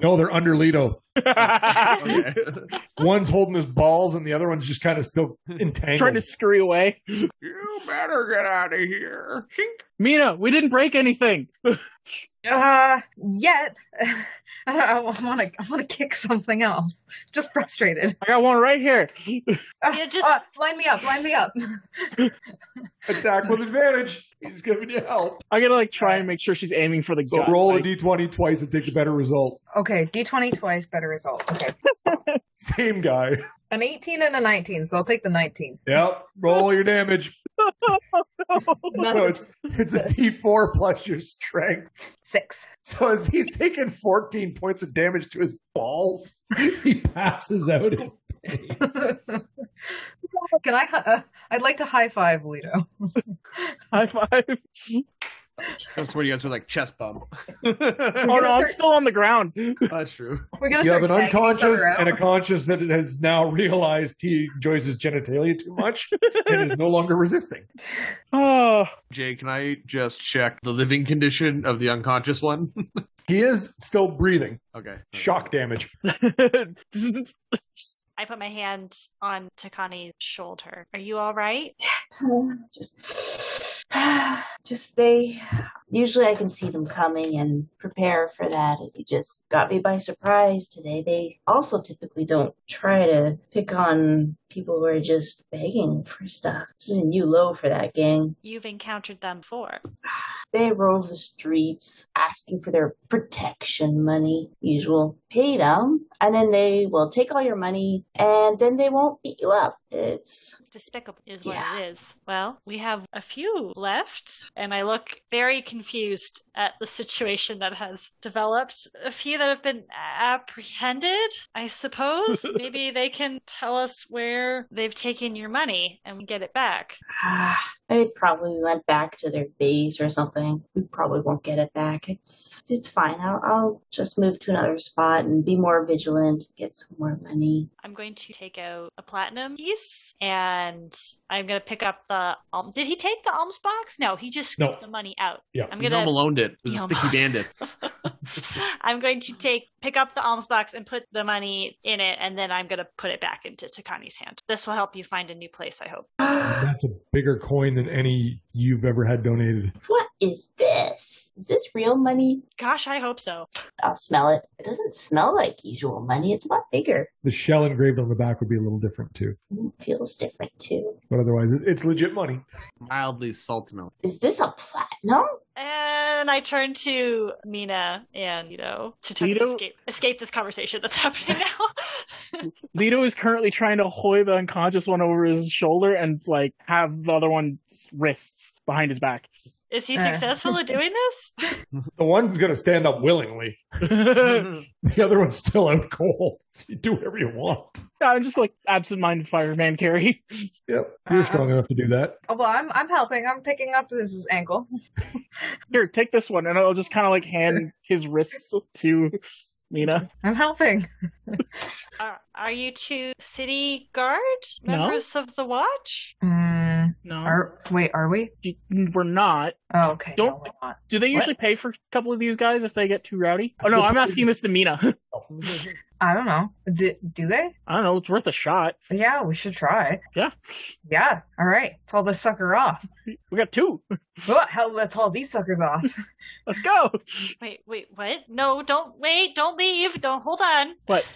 Speaker 1: No, they're under Leto.
Speaker 3: Okay.
Speaker 1: One's holding his balls and the other one's just kind of still entangled.
Speaker 4: Trying to scurry away.
Speaker 3: you better get out of here. Shink.
Speaker 4: Mina, we didn't break anything.
Speaker 6: Uh, yet I, I want to. I want to kick something else. Just frustrated.
Speaker 4: I got one right here.
Speaker 6: Ah,
Speaker 2: Yeah, just-
Speaker 6: ah, line me up. Line me up.
Speaker 1: Attack with advantage. He's giving you help.
Speaker 4: I gotta like try and make sure she's aiming for the
Speaker 1: So
Speaker 4: gut.
Speaker 1: roll a
Speaker 4: like,
Speaker 1: d20 twice and take the better result.
Speaker 6: Okay, D20 twice. Better result. Okay,
Speaker 1: Same guy.
Speaker 6: an 18 and a 19. So I'll take the 19.
Speaker 1: Yep. Roll your damage. No,
Speaker 6: Nothing.
Speaker 1: it's it's a d4 plus your strength.
Speaker 6: Six.
Speaker 1: So as he's taking 14 points of damage to his balls, he passes out.
Speaker 6: Can I? hi- Uh, I'd like to high five
Speaker 4: Oh,
Speaker 6: Lido.
Speaker 4: high five.
Speaker 3: That's where you guys are like chest bump.
Speaker 4: Oh no, I'm still on the ground.
Speaker 3: That's true.
Speaker 6: We're gonna
Speaker 1: You have
Speaker 6: start
Speaker 1: an
Speaker 6: tagging each other
Speaker 1: unconscious
Speaker 6: out.
Speaker 1: and a conscious that it has now realized he enjoys his genitalia too much and is no longer resisting.
Speaker 4: Oh,
Speaker 3: Jay, can I just check the living condition of the unconscious one?
Speaker 1: He is still breathing.
Speaker 3: okay.
Speaker 1: Shock damage.
Speaker 2: I put my hand on Takani's shoulder. Are you all right?
Speaker 5: just just they usually i can see them coming and prepare for that it just got me by surprise today they also typically don't try to pick on people who are just begging for stuff this is a new low for that gang
Speaker 2: You've encountered them before.
Speaker 5: they rove the streets asking for their protection money usual pay them and then they will take all your money and then they won't beat you up it's
Speaker 2: Despicable is what
Speaker 5: Yeah.
Speaker 2: it is. Well, we have a few left, and I look very confused at the situation that has developed. A few that have been apprehended, I suppose. Maybe they can tell us where they've taken your money and we get it back.
Speaker 5: Ah, they probably went back to their base or something. We probably won't get it back. It's it's fine. I'll I'll just move to another spot and be more vigilant, get some more money.
Speaker 2: I'm going to take out a platinum piece and I'm going to pick up the. Um, did he take the alms box? No, he just
Speaker 1: No.
Speaker 2: scooped the money out.
Speaker 1: Yeah,
Speaker 2: I'm
Speaker 3: You
Speaker 2: going to.
Speaker 3: home alone it. It was a
Speaker 2: Yeah,
Speaker 3: sticky
Speaker 2: almost.
Speaker 3: bandit.
Speaker 2: I'm going to take pick up the alms box and put the money in it, and then I'm going to put it back into Takani's hand. This will help you find a new place, I hope.
Speaker 1: That's a bigger coin than any you've ever had donated.
Speaker 5: What is this? Is this real money?
Speaker 2: Gosh, I hope so.
Speaker 5: I'll smell it. It doesn't smell like usual money. It's a lot bigger.
Speaker 1: The shell engraved on the back would be a little different too,
Speaker 5: It feels different too.
Speaker 1: but otherwise, it, it's legit money.
Speaker 3: Mildly salt milk.
Speaker 5: Is this a platinum?
Speaker 2: And I turn to Mina and, you know, to try to
Speaker 4: Mina-
Speaker 2: escape, escape this conversation that's happening now.
Speaker 4: Leto is currently trying to hoy the unconscious one over his shoulder and like have the other one's wrists behind his back.
Speaker 2: Is he
Speaker 6: Uh.
Speaker 2: successful at doing this?
Speaker 1: The one's going to stand up willingly. The other one's still out cold. You do whatever you want.
Speaker 4: I'm just like absent-minded fireman carry.
Speaker 1: Yep. You're strong enough to do that.
Speaker 6: Oh, well, I'm I'm helping. I'm picking up his ankle.
Speaker 4: Here, take this one, and I'll just kind of like hand his wrists to Mina.
Speaker 6: I'm helping.
Speaker 2: Are, are you two city guard
Speaker 4: No.
Speaker 2: members of the watch?
Speaker 6: Mm,
Speaker 4: No,
Speaker 6: are wait, are we?
Speaker 4: we're not.
Speaker 6: Oh, okay. no,
Speaker 4: Don't-
Speaker 6: we're not.
Speaker 4: Do they usually pay for a couple of these guys if they get too rowdy? Oh no, I'm asking this to Mina.
Speaker 6: I don't know. Do, do they?
Speaker 4: Oh. I don't know. It's worth a shot.
Speaker 6: Yeah, we should try.
Speaker 4: Yeah,
Speaker 6: Yeah. All right. Let's haul this sucker off.
Speaker 4: we got two.
Speaker 6: Oh, hell, let's haul these suckers off.
Speaker 4: Let's go.
Speaker 2: Wait, wait, what? No, don't wait, don't leave, don't hold on.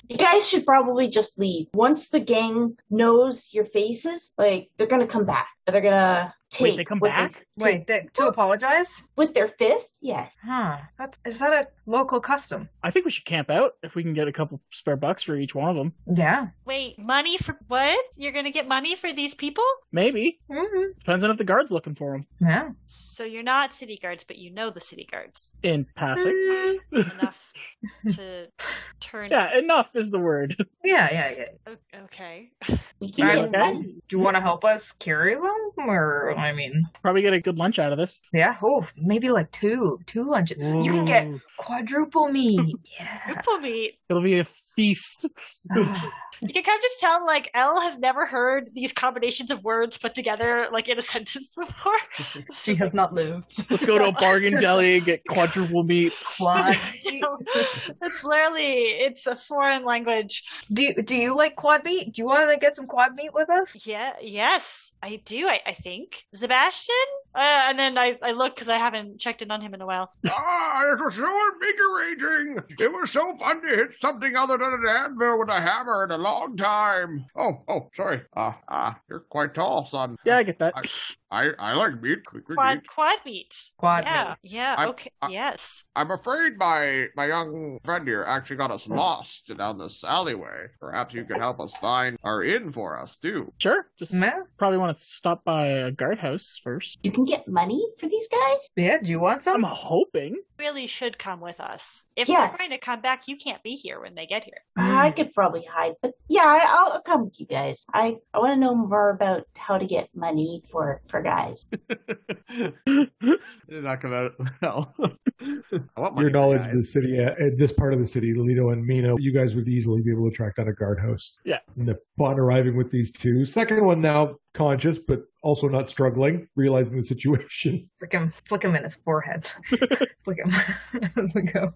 Speaker 5: You guys should probably just leave. Once the gang knows your faces, like they're gonna come back. They're gonna take
Speaker 4: Wait, they come
Speaker 5: what they-
Speaker 4: back.
Speaker 6: Wait, they, to apologize?
Speaker 5: with their fist. Yes.
Speaker 6: Huh. That's is that a local custom?
Speaker 4: I think we should camp out if we can get a couple spare bucks for each one of them.
Speaker 6: Yeah.
Speaker 2: Wait, money for what? You're gonna get money for these people?
Speaker 4: Maybe
Speaker 6: hmm
Speaker 4: depends on if the guard's looking for them.
Speaker 6: Yeah.
Speaker 2: So you're not city guards, but you know the city guards
Speaker 4: In passing.
Speaker 2: enough to
Speaker 5: Mm.
Speaker 2: turn.
Speaker 4: Yeah, enough is the word.
Speaker 6: Yeah. Yeah. Yeah.
Speaker 2: O- Okay.
Speaker 5: We can
Speaker 6: Right,
Speaker 5: get
Speaker 4: okay.
Speaker 5: money.
Speaker 6: Do you want to help us carry them, or I mean,
Speaker 4: Probably get a good lunch out of this.
Speaker 6: yeah. Oh, maybe like two, two lunches. You can get
Speaker 4: Ooh,
Speaker 6: quadruple meat. yeah.
Speaker 2: Triple meat.
Speaker 4: It'll be a feast.
Speaker 6: Ah,
Speaker 2: You can kind of just tell, like, Elle has never heard these combinations of words put together, like, in a sentence before.
Speaker 6: she has not lived.
Speaker 4: Let's go to a bargain deli and get quadruple meat.
Speaker 6: Quad.
Speaker 2: You know, it's literally, it's a foreign language.
Speaker 6: do you, Do you like quad meat? Do you want to get some quad meat with us?
Speaker 2: Yeah, yes, I do, I, I think. Sebastian? Uh, and then I, I look because I haven't checked in on him in a while.
Speaker 3: Ah, it was so invigorating. It was so fun to hit something other than an anvil with a hammer in a long time. Oh, oh, sorry. Ah, ah, you're quite tall, son.
Speaker 4: Yeah, I get that.
Speaker 3: I, I like meat. Quick, quick,
Speaker 2: Quad,
Speaker 3: meat.
Speaker 2: quad meat.
Speaker 6: Quad
Speaker 2: Yeah,
Speaker 6: meat.
Speaker 2: yeah,
Speaker 3: I'm-
Speaker 2: okay,
Speaker 3: I-
Speaker 2: yes.
Speaker 3: I'm afraid my my young friend here actually got
Speaker 4: Hmm.
Speaker 3: us lost down this alleyway. Perhaps you could help us find our inn for us too.
Speaker 4: Sure. Just
Speaker 6: Yeah.
Speaker 4: probably want to stop by a guardhouse first.
Speaker 5: You can get money for these guys.
Speaker 6: Yeah. Do you want some?
Speaker 4: I'm hoping.
Speaker 2: Really should come with us. If
Speaker 5: Yes.
Speaker 2: they're trying to come back, you can't be here when they get here.
Speaker 5: I
Speaker 3: Mm.
Speaker 5: could probably hide, but yeah, I, I'll come with you guys. I I want to know more about how to get money for for guys.
Speaker 3: You're not gonna well. I want
Speaker 1: Your
Speaker 3: money for
Speaker 1: knowledge of
Speaker 3: guys.
Speaker 1: the city, uh, uh, this part of the city, Lido and Mino, you guys would easily be able to track down a guardhouse.
Speaker 4: Yeah.
Speaker 1: And upon arriving with these two, second one now conscious, but also not struggling, realizing the situation.
Speaker 6: Flick him. Flick him in his forehead. Flick him as we go.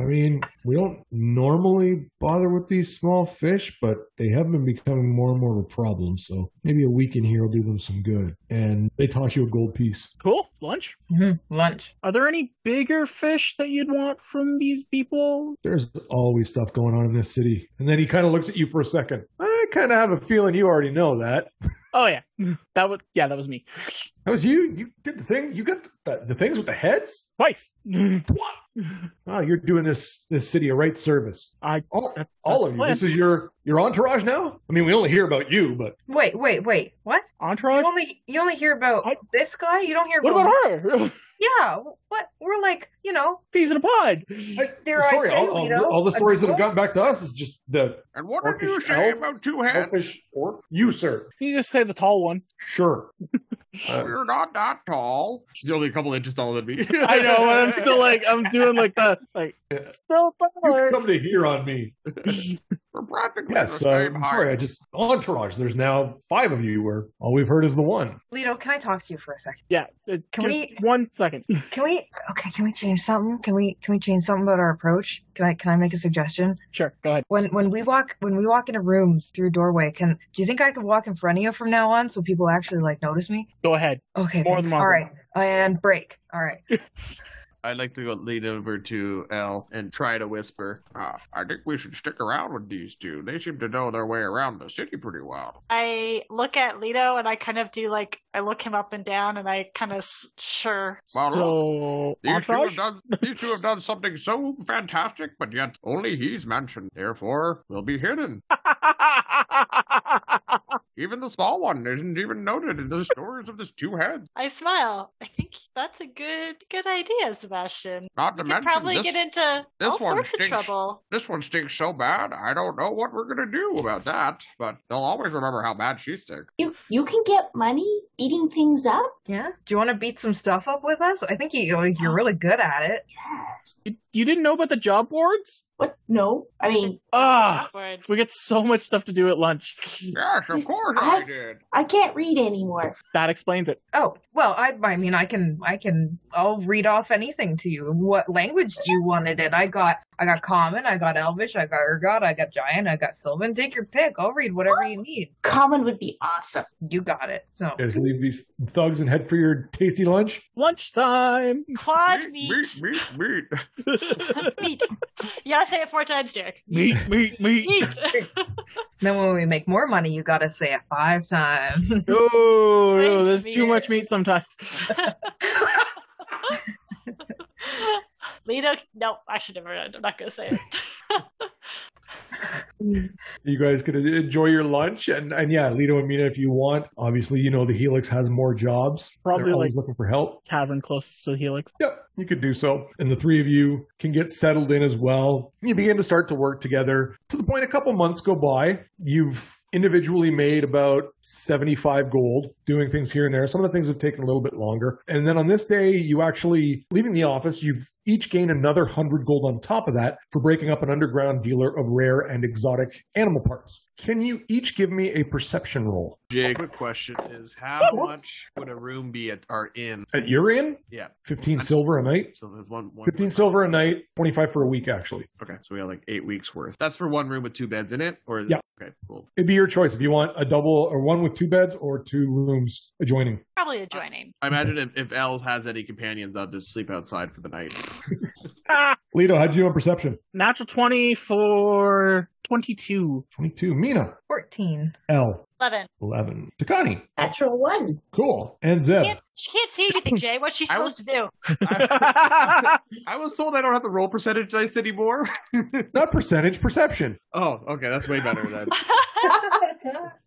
Speaker 1: I mean, we don't normally bother with these small fish, but they have been becoming more and more of a problem. So maybe a week in here will do them some good. And they toss you a gold piece.
Speaker 4: Cool. Lunch.
Speaker 6: Mhm. Lunch.
Speaker 4: Are there any bigger fish that you'd want from these people?
Speaker 1: there's always stuff going on in this city. And then he kind of looks at you for a second. I kind of have a feeling you already know that.
Speaker 4: Oh yeah, that was yeah, that was me.
Speaker 1: That was you. You did the thing. You got the, the, things with the heads.
Speaker 4: Twice.
Speaker 1: What? Oh, you're doing this this city a right service.
Speaker 4: I-
Speaker 1: all,
Speaker 4: that-
Speaker 1: all
Speaker 4: that's
Speaker 1: of you.
Speaker 4: the
Speaker 1: This is your your entourage now. I mean, we only hear about you, but
Speaker 6: Wait. Wait. Wait. What?
Speaker 4: Entourage.
Speaker 6: You only you only hear about
Speaker 4: I-
Speaker 6: this guy. You don't hear
Speaker 4: What
Speaker 6: about
Speaker 4: about her?
Speaker 6: Yeah, what we're like, you know,
Speaker 4: Peas in a pod.
Speaker 1: I,
Speaker 6: Dare I
Speaker 1: sorry,
Speaker 6: say,
Speaker 1: all, all,
Speaker 6: Lito,
Speaker 1: all the
Speaker 6: a
Speaker 1: stories that have
Speaker 6: girl?
Speaker 1: gotten back to us is just the
Speaker 3: And what did you
Speaker 1: Orcish
Speaker 3: say
Speaker 1: elf?
Speaker 3: about two hands?
Speaker 1: elfish orc. You, sir,
Speaker 4: You just say the tall one.
Speaker 1: sure. Uh,
Speaker 3: You're not that tall. You're only a couple inches taller than me.
Speaker 4: I know, but I'm still like I'm doing like the like
Speaker 1: Yeah.
Speaker 4: still
Speaker 1: you
Speaker 4: taller.
Speaker 1: come to hear on me.
Speaker 3: We're practically
Speaker 1: Yes,
Speaker 3: the
Speaker 1: uh,
Speaker 3: same
Speaker 1: I'm
Speaker 3: height.
Speaker 1: sorry. I just entourage. There's now five of you, where all we've heard is the one.
Speaker 6: Lito, can I talk to you for a second?
Speaker 4: Yeah. uh,
Speaker 6: Can
Speaker 4: just
Speaker 6: we-
Speaker 4: one second?
Speaker 6: Can we okay, can we change something? Can we can we change something about our approach? Can I can I make a suggestion?
Speaker 4: Sure. Go ahead.
Speaker 6: When when we walk when we walk into rooms through doorway, can do you think I could walk in front of you from now on so people actually like notice me?
Speaker 4: Go ahead.
Speaker 6: Okay.
Speaker 4: More than
Speaker 6: thanks.
Speaker 4: welcome.
Speaker 6: All right. And break. All right.
Speaker 3: I'd like to go lead over to L and try to whisper. Uh, I think we should stick around with these two. They seem to know their way around the city pretty well.
Speaker 2: I look at Leto and I kind of do like I look him up and down and I kind of s- sure.
Speaker 3: Well,
Speaker 4: So
Speaker 3: These two, have
Speaker 4: entourage.
Speaker 3: done, these two have done something so fantastic, but yet only he's mentioned. Therefore, will be hidden. even the small one isn't even noted in the stories of this two heads.
Speaker 2: I smile. I think that's a good good idea, Sebastian.
Speaker 3: Not to
Speaker 2: You could
Speaker 3: mention
Speaker 2: probably
Speaker 3: this,
Speaker 2: get into
Speaker 3: this
Speaker 2: all
Speaker 3: one
Speaker 2: sorts
Speaker 3: stinks.
Speaker 2: of trouble.
Speaker 3: this one stinks so bad. I don't know what we're gonna do about that. But they'll always remember how bad she stinks.
Speaker 5: You you can get money beating things up.
Speaker 6: Yeah. Do you want to beat some stuff up with us? I think you, like, you're really good at it.
Speaker 5: Yes.
Speaker 4: You, you didn't know about the job boards?
Speaker 5: What? No. I mean,
Speaker 4: Ah,
Speaker 2: Words.
Speaker 4: we get so much stuff to do at lunch.
Speaker 3: Yes, of
Speaker 5: Yes,
Speaker 3: course I
Speaker 5: I've-
Speaker 3: did.
Speaker 5: I can't read anymore.
Speaker 4: that explains it.
Speaker 6: Oh, well, I, I mean, I can, I can, I'll read off anything to you. What language do you want it in? I got, I got Common, I got Elvish, I got Urgot, I got Giant, I got Sylvan. Take your pick. I'll read whatever you need.
Speaker 5: Common would be awesome.
Speaker 6: You got it. So,
Speaker 1: Guys, leave these thugs and head for your tasty lunch.
Speaker 4: Lunchtime.
Speaker 2: Quad
Speaker 3: Meat,
Speaker 2: meat.
Speaker 3: meat, meat, meat.
Speaker 2: Meat. You gotta say it four times, Derek.
Speaker 4: meat, meat, meat.
Speaker 2: Meat.
Speaker 6: then when we make more money, you got to say it five times.
Speaker 4: No, no,
Speaker 2: Thanks,
Speaker 4: there's too much
Speaker 2: Mears.
Speaker 4: meat sometimes.
Speaker 2: Leto. No, I should never. I'm not gonna say it.
Speaker 1: You guys could enjoy your lunch. And, and yeah, Lido and Mina, if you want. Obviously, you know the Helix has more jobs.
Speaker 4: Probably
Speaker 1: They're always looking for help.
Speaker 4: Tavern closest to Helix.
Speaker 1: Yeah, you could do so. And the three of you can get settled in as well. You begin to start to work together to the point a couple months go by. You've individually made about 75 gold doing things here and there. Some of the things have taken a little bit longer. And then on this day, you actually, leaving the office, you've each gained another 100 gold on top of that for breaking up an underground dealer of rare and exotic animal parts. Can you each give me a perception roll?
Speaker 3: Jay, quick question is how much would a room be at our inn?
Speaker 1: Oh. At your inn?
Speaker 3: Yeah.
Speaker 1: 15 silver a night?
Speaker 3: So there's one, one
Speaker 1: 15 silver a night, 25 for a week, actually.
Speaker 3: Okay, so we have like eight weeks worth. That's for one room with two beds in it, or is
Speaker 1: Yeah.
Speaker 3: Okay, cool.
Speaker 1: It'd be your choice if you want a double or one with two beds or two rooms adjoining.
Speaker 2: Probably adjoining.
Speaker 3: I imagine if, if Elle has any companions, I'll just sleep outside for the night.
Speaker 4: Ah,
Speaker 1: Lito, how'd you do on perception?
Speaker 4: natural 20 for 22.
Speaker 1: 22. Mina,
Speaker 6: 14.
Speaker 1: L,
Speaker 2: Eleven.
Speaker 1: 11. Takani,
Speaker 5: Natural one.
Speaker 1: cool. And Zeb.
Speaker 2: Can't, she can't see anything, Jay. What's she
Speaker 3: I
Speaker 2: supposed to do?
Speaker 3: I, I was told I don't have to roll percentage dice anymore.
Speaker 1: Not percentage, perception.
Speaker 3: Oh, okay, that's way better than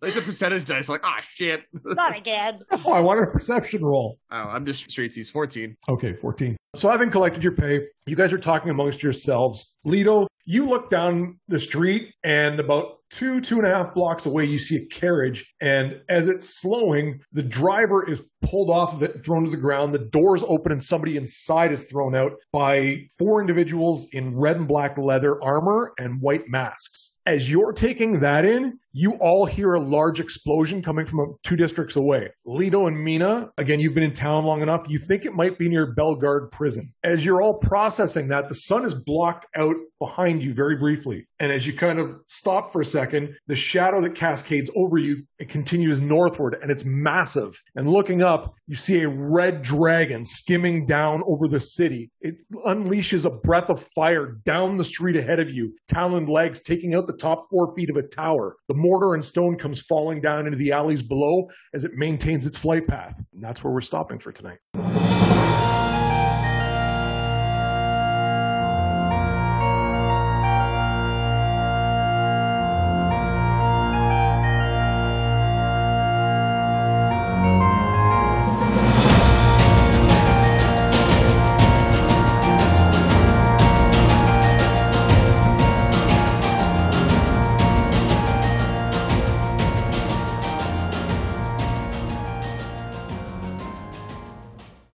Speaker 3: they said percentage dice. Like, ah, shit. oh,
Speaker 2: Not again.
Speaker 1: Oh, I wanted a perception roll.
Speaker 3: I'm just straight He's fourteen.
Speaker 1: Okay, 14. So having collected your pay, you guys are talking amongst yourselves. Lito, you look down the street and about two, two and a half blocks away, you see a carriage. And as it's slowing, the driver is pulled off of it, and thrown to the ground. The doors open and somebody inside is thrown out by four individuals in red and black leather armor and white masks. As you're taking that in, you all hear a large explosion coming from two districts away. Lido and Mina, again, you've been in town long enough. You think it might be near Belgard Prison. As you're all processing that, the sun is blocked out behind you very briefly. And as you kind of stop for a second, the shadow that cascades over you, it continues northward and it's massive. And looking up, you see a red dragon skimming down over the city. It unleashes a breath of fire down the street ahead of you, taloned legs taking out the top four feet of a tower. The mortar and stone comes falling down into the alleys below as it maintains its flight path. And that's where we're stopping for tonight.